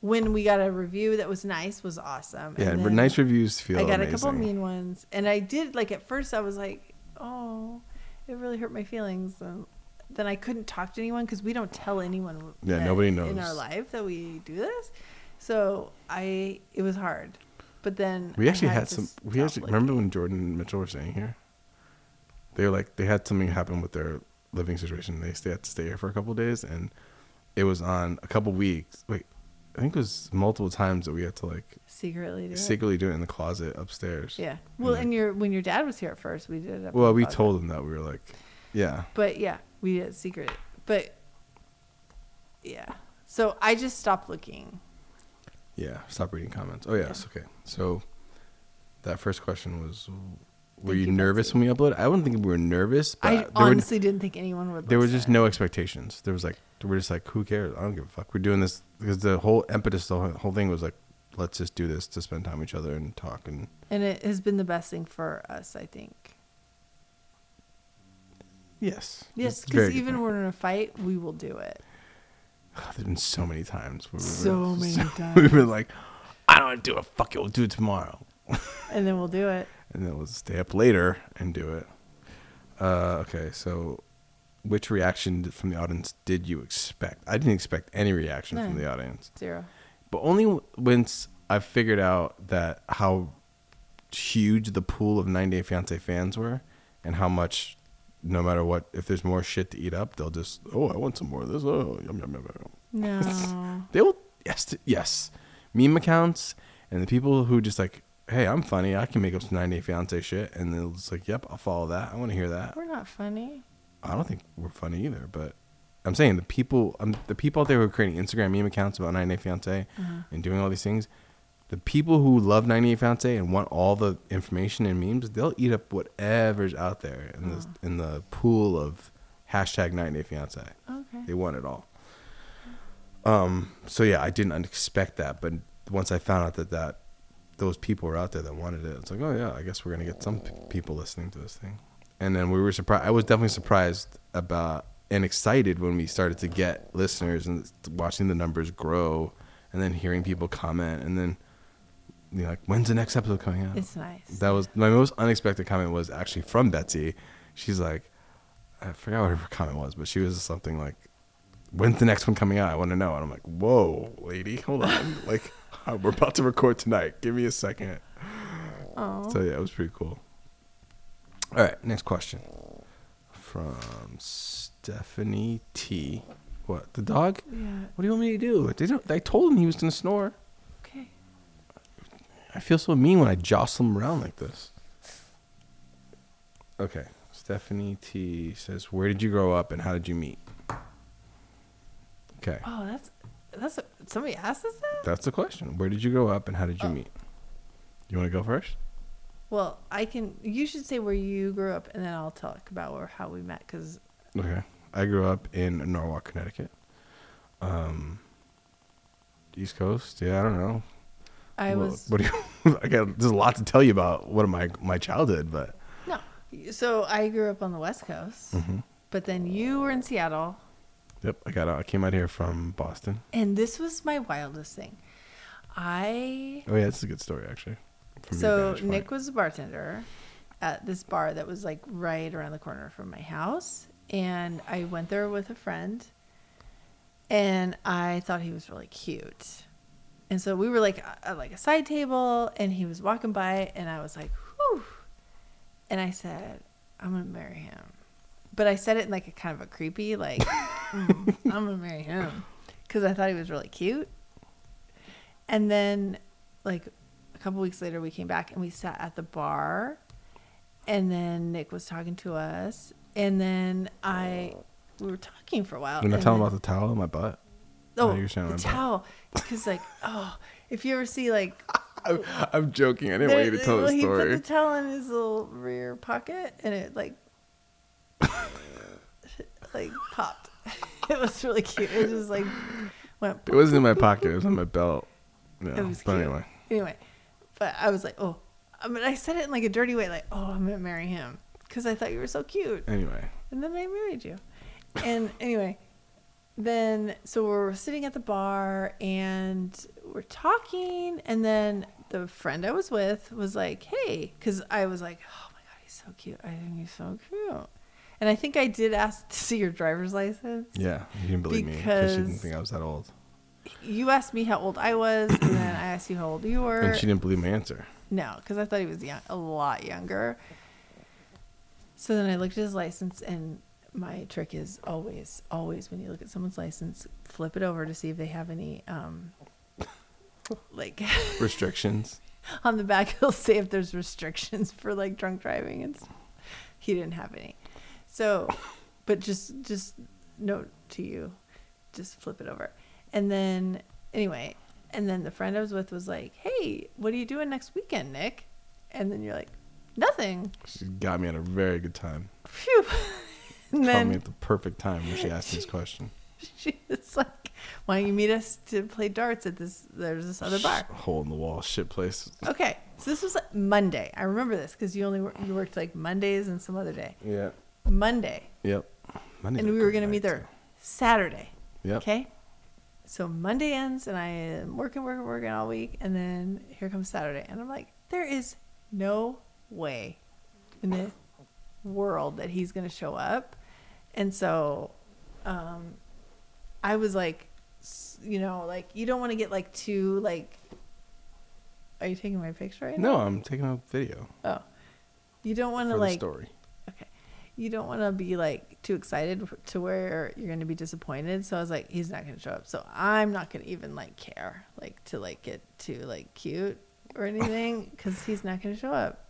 When we got a review that was nice, was awesome. Yeah, and but then nice reviews feel I got a couple amazing. mean ones, and I did like at first I was like, oh, it really hurt my feelings. And then I couldn't talk to anyone because we don't tell anyone. Yeah, that nobody in our knows. life that we do this. So I, it was hard. But then We I actually had to some. s- We actually remember when Jordan and Mitchell were staying here. They were like they had something happen with their living situation. They stay, had to stay here for a couple days, and it was on a couple weeks. Wait, I think it was multiple times that we had to like secretly do it. secretly do it in the closet upstairs. Yeah. Well, and your when your dad was here at first, we did it. up in Well, the we closet. told them that we were like, yeah, But yeah, we did secret. it. But yeah, so I just stopped looking. yeah. Stop reading comments. Oh yes, okay. So that first question was, were you nervous when we uploaded? I wouldn't think we were nervous, but I there were- honestly didn't think anyone would. there were listen. just no expectations. There was like we're just like who cares? I don't give a fuck. We're doing this because the whole impetus, the whole, whole thing was like let's just do this to spend time with each other and talk and and it has been the best thing for us, I think. yes, Yes, It's very because good even when we're in a fight, we will do it. God, there's been so many times. Where So many We've been times. like, I don't want to do it. Fuck it, we'll do it tomorrow, And then we'll do it. and then we'll stay up later and do it. Uh, okay, so which reaction did- from the audience did you expect? I didn't expect any reaction from None. the audience. Zero. But only w- once I figured out that how huge the pool of 90 Day Fiance fans were and how much, no matter what, if there's more shit to eat up, they'll just, oh, I want some more of this. Oh, yum, yum, yum, yum. No. They will, yes, th- yes. Meme accounts and the people who just like, hey, I'm funny. I can make up some 90 Day Fiance shit. And they'll just like, yep, I'll follow that. I want to hear that. We're not funny. I don't think we're funny either, but I'm saying the people, um, the people out there who are creating Instagram meme accounts about 98 Fiance Mhm. and doing all these things, the people who love 98 Fiance and want all the information and memes, they'll eat up whatever's out there in the in the pool of hashtag 98 Fiance. Okay. they want it all. Um. So yeah, I didn't expect that, but once I found out that that those people were out there that wanted it, it's like, oh yeah, I guess we're gonna get some p- people listening to this thing. And then we were surprised. I was definitely surprised about and excited when we started to get listeners and watching the numbers grow, and then hearing people comment, and then you know, like, when's the next episode coming out? It's nice. That was my most unexpected comment was actually from Betsy. She's like, I forgot what her comment was, but she was something like, "When's the next one coming out? I want to know." And I'm like, "Whoa, lady, hold on! like, we're about to record tonight. Give me a second. Oh. So yeah, it was pretty cool. All right, next question from Stephanie T. What the dog? Yeah. What do you want me to do? They don't, I told him he was gonna snore. Okay. I feel so mean when I jostle him around like this. Okay. Stephanie T says, Where did you grow up and how did you meet? Okay. Oh, that's that's somebody asked us that. That's the question. Where did you grow up and how did Oh. you meet? You want to go first? Well, I can. You should say where you grew up, and then I'll talk about where, how we met. Because Okay. I grew up in Norwalk, Connecticut. Um, East Coast. Yeah, I don't know. I What- was- What do you? I got. There's a lot to tell you about what my my childhood, but No. So I grew up on the West Coast, Mhm. but then you were in Seattle, yep, I got. out. I came out here from Boston. and this was my wildest thing. I Oh yeah, this is a good story actually. from your so vantage point. Nick was a bartender at this bar that was like right around the corner from my house, and I went there with a friend, and I thought he was really cute, and so we were like at like a side table, and he was walking by, and I was like, "Whew," and I said, "I'm gonna marry him," but I said it in like a kind of a creepy like, "Mm, "I'm gonna marry him," because I thought he was really cute. And then, like, a couple weeks later, we came back and we sat at the bar. And then Nick was talking to us. And then I, we were talking for a while. Did I Oh, and tell him then- about the towel in my butt? Oh, you're saying the my butt. towel. Because, like, oh, if you ever see, like, I'm joking. I didn't want you to there- tell well, the he story. put the towel in his little rear pocket and it, like, like popped. It was really cute. It just, like, went. It wasn't in my pocket. It was on my belt. No, It was but cute. anyway, Anyway, but I was like, oh, I mean, I said it in like a dirty way, like, oh, I'm gonna marry him because I thought you were so cute. anyway, And then I married you. And anyway, then so we're sitting at the bar and we're talking, and then the friend I was with was like, hey, because I was like, oh my god, he's so cute. I think he's so cute. And I think I did ask to see your driver's license. yeah, you didn't believe me because she didn't Because- think I was that old, You asked me how old I was, and then I asked you how old you were. and she didn't believe my answer. No, because I thought he was young, a lot younger. So then I looked at his license, and my trick is always, always when you look at someone's license, flip it over to see if they have any, um, like Restrictions. on the back, it'll say if there's restrictions for like drunk driving and stuff. He didn't have any. So, but just, just note to you, just flip it over. And then, anyway, and then the friend I was with was like, hey, what are you doing next weekend, Nick? And then you're like, nothing. She got me at a very good time. Phew. And Caught then me at the perfect time when she asked this question. she was like, why don't you meet us to play darts at this, there's this other bar. Hole in the wall, shit place. Okay, so this was like, Monday. I remember this because you only wor- you worked like Mondays and some other day. Yeah. Monday, Yep. Monday and we were gonna meet there Saturday. Yep. Okay. So Monday ends, and I am working, working, working all week, and then here comes Saturday, and I'm like, there is no way in the world that he's gonna show up, and so, um, I was like, s- you know, like you don't want to get like too like. Are you taking my picture right now? No, I'm taking a video Oh, you don't want to for the like story. you don't want to be like too excited to where you're going to be disappointed. So I was like, he's not going to show up. So I'm not going to even like care like to like get too like cute or anything because he's not going to show up.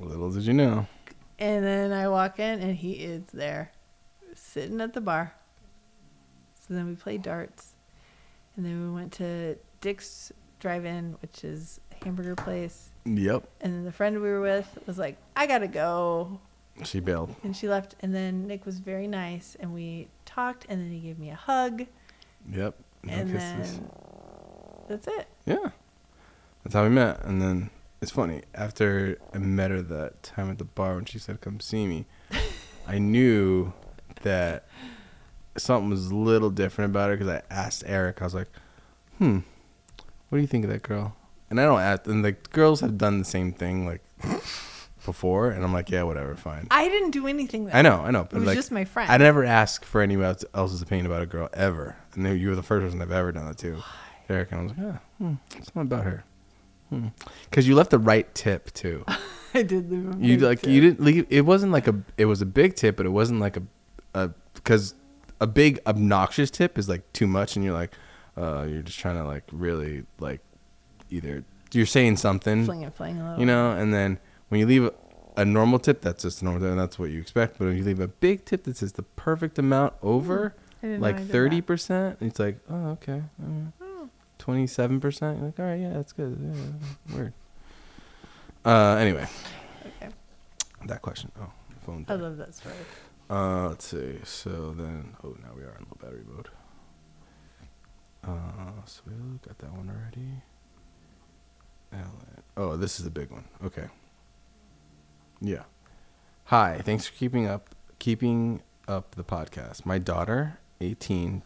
Little did you know. And then I walk in and he is there sitting at the bar. So then we played darts. And then we went to Dick's Drive In, which is a hamburger place. Yep. And then the friend we were with was like, I got to go. She bailed. And she left. And then Nick was very nice. And we talked. And then he gave me a hug. Yep. No and kisses. then that's it. Yeah. That's how we met. And then it's funny, after I met her that time at the bar when she said, Come see me, I knew that something was a little different about her because I asked Eric, I was like, Hmm, what do you think of that girl? And I don't ask, and like girls have done the same thing like before, and I'm like, Yeah, whatever, fine. I didn't do anything. Though. I know, I know. It was like, just my friend. I never ask for anyone else- else's opinion about a girl ever. And then you were the first person I've ever done that to. Eric, and I was like, ah, hmm, something about her. Because you left the right tip too. I did leave him. You like you didn't leave. It wasn't like a. It was a big tip, but it wasn't like a, a because a big obnoxious tip is like too much, and you're like, uh, you're just trying to like really like either you're saying something, Fling it, fling it a little. you know, and then when you leave a, a normal tip, that's just normal, tip, and that's what you expect. But when you leave a big tip that says the perfect amount over, Mm-hmm. I didn't know I like did that. Hmm. thirty percent, it's like, oh okay, twenty-seven percent. You're like, all right, yeah, that's good. Yeah, weird. Uh, anyway. Okay. That question. Oh, the phone. I love that story. Uh, let's see. So then, oh, now we are in low battery mode. Uh, so we got that one already. Alan. Oh, this is the big one. Okay. Yeah. Hi, thanks for keeping up keeping up the podcast. My daughter, 18,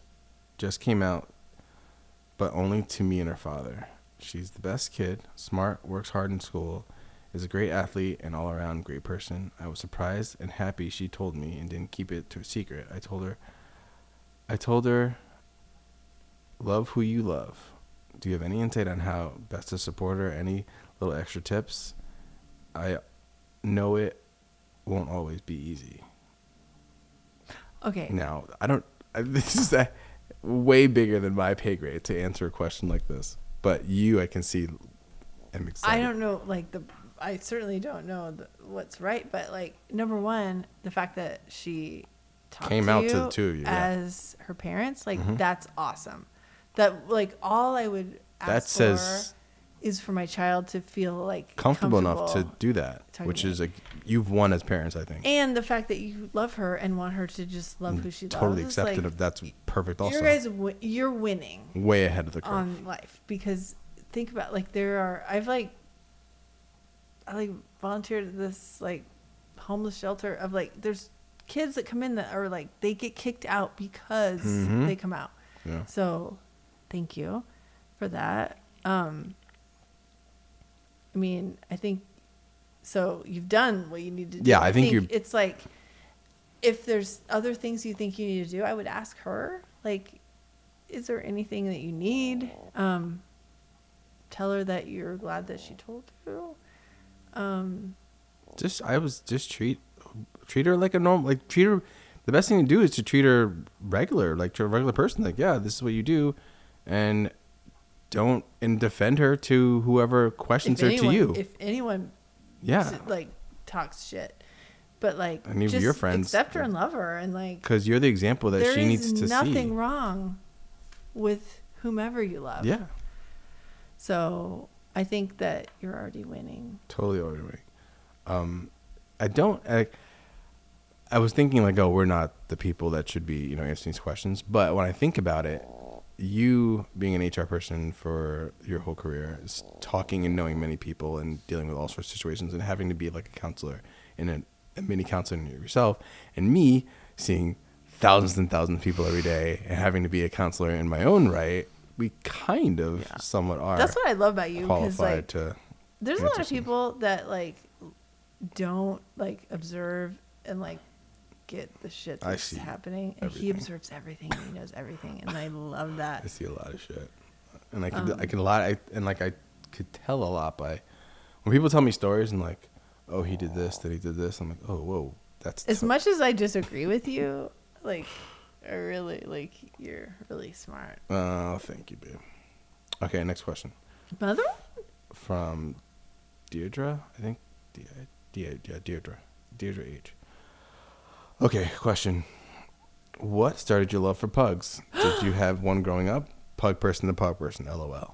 just came out but only to me and her father. She's the best kid, smart, works hard in school, is a great athlete and all around great person. I was surprised and happy she told me and didn't keep it to a secret. I told her I told her love who you love. Do you have any insight on how best to support her? Any little extra tips? I know it won't always be easy. Okay. Now, I don't. I, this is a, way bigger than my pay grade to answer a question like this. But you, I can see, am I excited. don't know, like the, I certainly don't know the, what's right, but like number one, the fact that she talked Came to out you to the two of you, yeah. as her parents, like Mhm. that's awesome. That like all I would ask That says- for is for my child to feel like comfortable, enough to comfortable. do that, talking which to is like you've won as parents, I think. and the fact that you love her and want her to just love who she totally loves. accepted like, of that's perfect. Also, You guys, wi- you're winning. way ahead of the curve. on life because think about like there are I've like I like volunteered at this like homeless shelter of like there's kids that come in that are like they get kicked out because Mm-hmm. Mhm. they come out. Yeah. So thank you for that. Um I mean, I think so you've done what you need to do. Yeah, I think you- it's like if there's other things you think you need to do, I would ask her like is there anything that you need? Um, tell her that you're glad that she told you. Um, just I was just treat treat her like a normal like treat her the best thing to do is to treat her regular like to a regular person like yeah this is what you do and don't and defend her to whoever questions if her anyone, to you if anyone, Yeah. s- like talks shit, but like, And if just your friends- accept her and love her, and like, because you're the example that there she is needs to nothing see wrong with whomever you love. Yeah. So I think that you're already winning. totally ordinary um I don't I, I was thinking like oh we're not the people that should be you know answering these questions but when I think about it you being an HR person for your whole career is talking and knowing many people and dealing with all sorts of situations and having to be like a counselor and a, a mini counselor yourself and me seeing thousands and thousands of people every day and having to be a counselor in my own right we kind of somewhat are That's what I love about you, 'cause, qualified like, to There's a answer lot of people that like don't like observe and like get the shit I that's see happening, and he everything. observes everything. and He knows everything, and I I love that. see a lot of shit, and I could Um, I could a lot I, and like I could tell a lot by when people tell me stories and like oh he did this then he did this I'm like oh whoa that's As tou- much as I disagree with you, like, I really like you're really smart. uh thank you babe okay next question Mother, from Deirdre I think De- De- yeah Deirdre Deirdre H okay question what started your love for pugs did you have one growing up pug person to pug person lol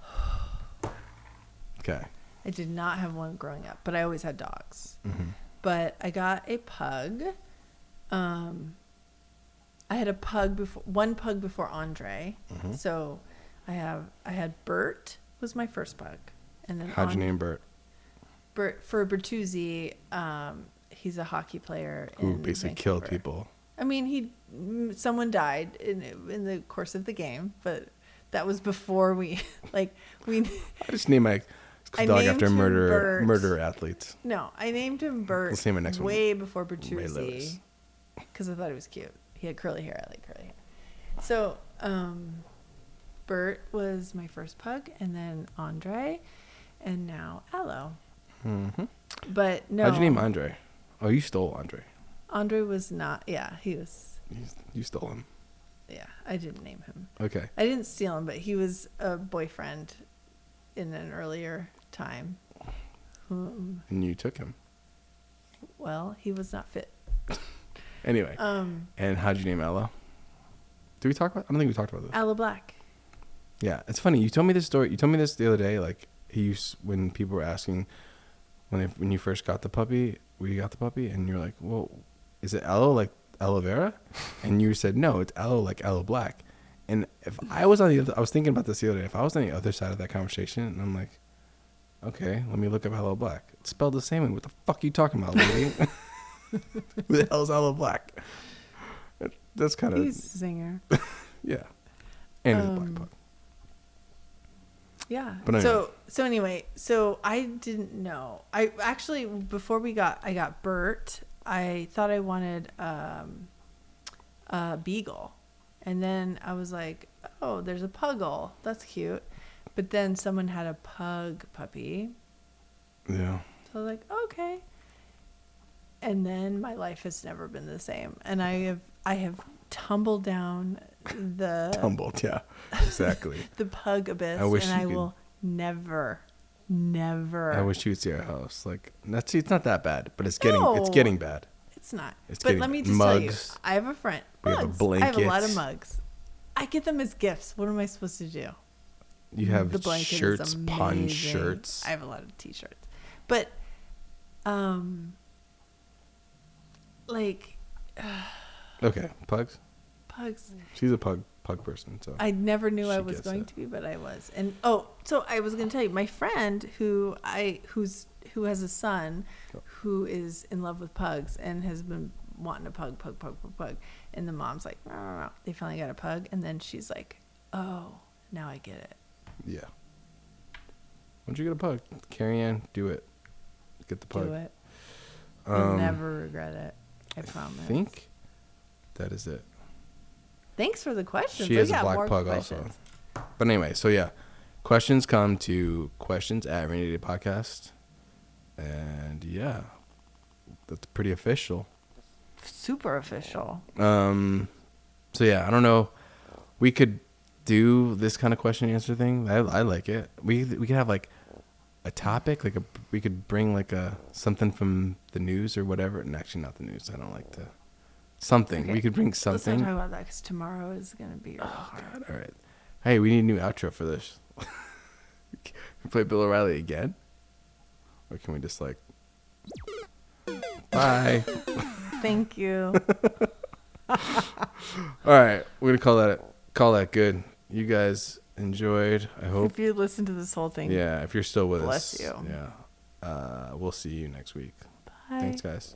okay I did not have one growing up, but I always had dogs. Mhm. But I got a pug. Um, I had a pug before one pug before Andre. Mhm. So I have I had Bert was my first pug, and then how'd you An- name Bert Bert for Bertuzzi. Um, he's a hockey player who in basically killed Vancouver. people. I mean, he mm, someone died in in the course of the game, but that was before we like we. I just named my I dog named after him murderer Bert. murderer athletes. No, I named him Bert. Let's name our next one way before Ray Bertuzzi, Lewis. because I thought he was cute. He had curly hair. I like curly hair. So, um, Bert was my first pug, and then Andre, and now Aloe. Mm-hmm. But no, How'd you name Andre? Oh, you stole Andre. Andre was not. Yeah, he was. You, you stole him. Yeah, I didn't name him. Okay. I didn't steal him, but he was a boyfriend in an earlier time. Whom, And you took him. well, he was not fit. Anyway. Um, and how'd you name Ella? Did we talk about I don't think we talked about this. Aloe Black. Yeah, it's funny. You told me this story. You told me this the other day. Like he used when people were asking when they, when you first got the puppy, we got the puppy, and you're like, "Well, is it Aloe like aloe vera, and you said no, it's aloe like aloe black. And if I was on the other, I was thinking about this the other day. If I was on the other side of that conversation, and I'm like, okay, let me look up aloe black. It's spelled the same way. What the fuck are you talking about, lady? Who the hell's aloe black? That's kind of He's a singer. yeah. And he's a black Um, puck. Yeah. But anyway. So so anyway, so I didn't know. I actually before we got I got Bert. I thought I wanted um, a beagle, and then I was like, oh, there's a puggle. That's cute. But then someone had a pug puppy, Yeah. so I was like, okay. And then my life has never been the same, and I have I have tumbled down the Tumbled. Yeah. Exactly. the pug abyss, I wish you and I could- will never, never. I wish you would see our house. Like, that's see, it's not that bad, but it's getting it's No. getting bad. It's not. It's but getting let me bad. just Mugs. tell you, I have a friend. We have a Mugs. I have a lot blankets. of mugs. I get them as gifts. What am I supposed to do? Mm, You have The blanket is shirts, pun amazing. shirts. I have a lot of t-shirts, but, um, like, Okay, pugs. Pugs. She's a pug pug person, so I never knew I she was gets going it. to be, but I was. And oh, so I was going to tell you, my friend who I who's who has a son Oh. who is in love with pugs and has been wanting a pug, pug, pug, pug, pug. And the mom's like, no, no, no. They finally got a pug, and then she's like, oh, now I get it. Yeah. Once you get a pug, Carrie Ann, do it. Get the pug. Do it. You'll Um, never regret it. I promise. I think that is it. Thanks for the questions. She We has a got more black pug questions. also. But anyway, so yeah, questions come to questions at Rainy Day Podcast, and yeah, that's pretty official. Super official. Um, so yeah, I don't know. We could do this kind of question and answer thing. I, I like it. We we could have like a topic, like a we could bring like a something from the news or whatever. And actually, not the news. I don't like to something. We Okay. could bring Let's not something. talk about that because tomorrow is going to be. Oh God. All right. Hey, we need a new outro for this. Play Bill O'Reilly again, or can we just like bye? Thank you. All right, we're gonna call that it. Call that good. You guys enjoyed. I hope. If you listen to this whole thing, Yeah, if you're still with bless us. you. Yeah. Uh, we'll see you next week. Thanks, guys.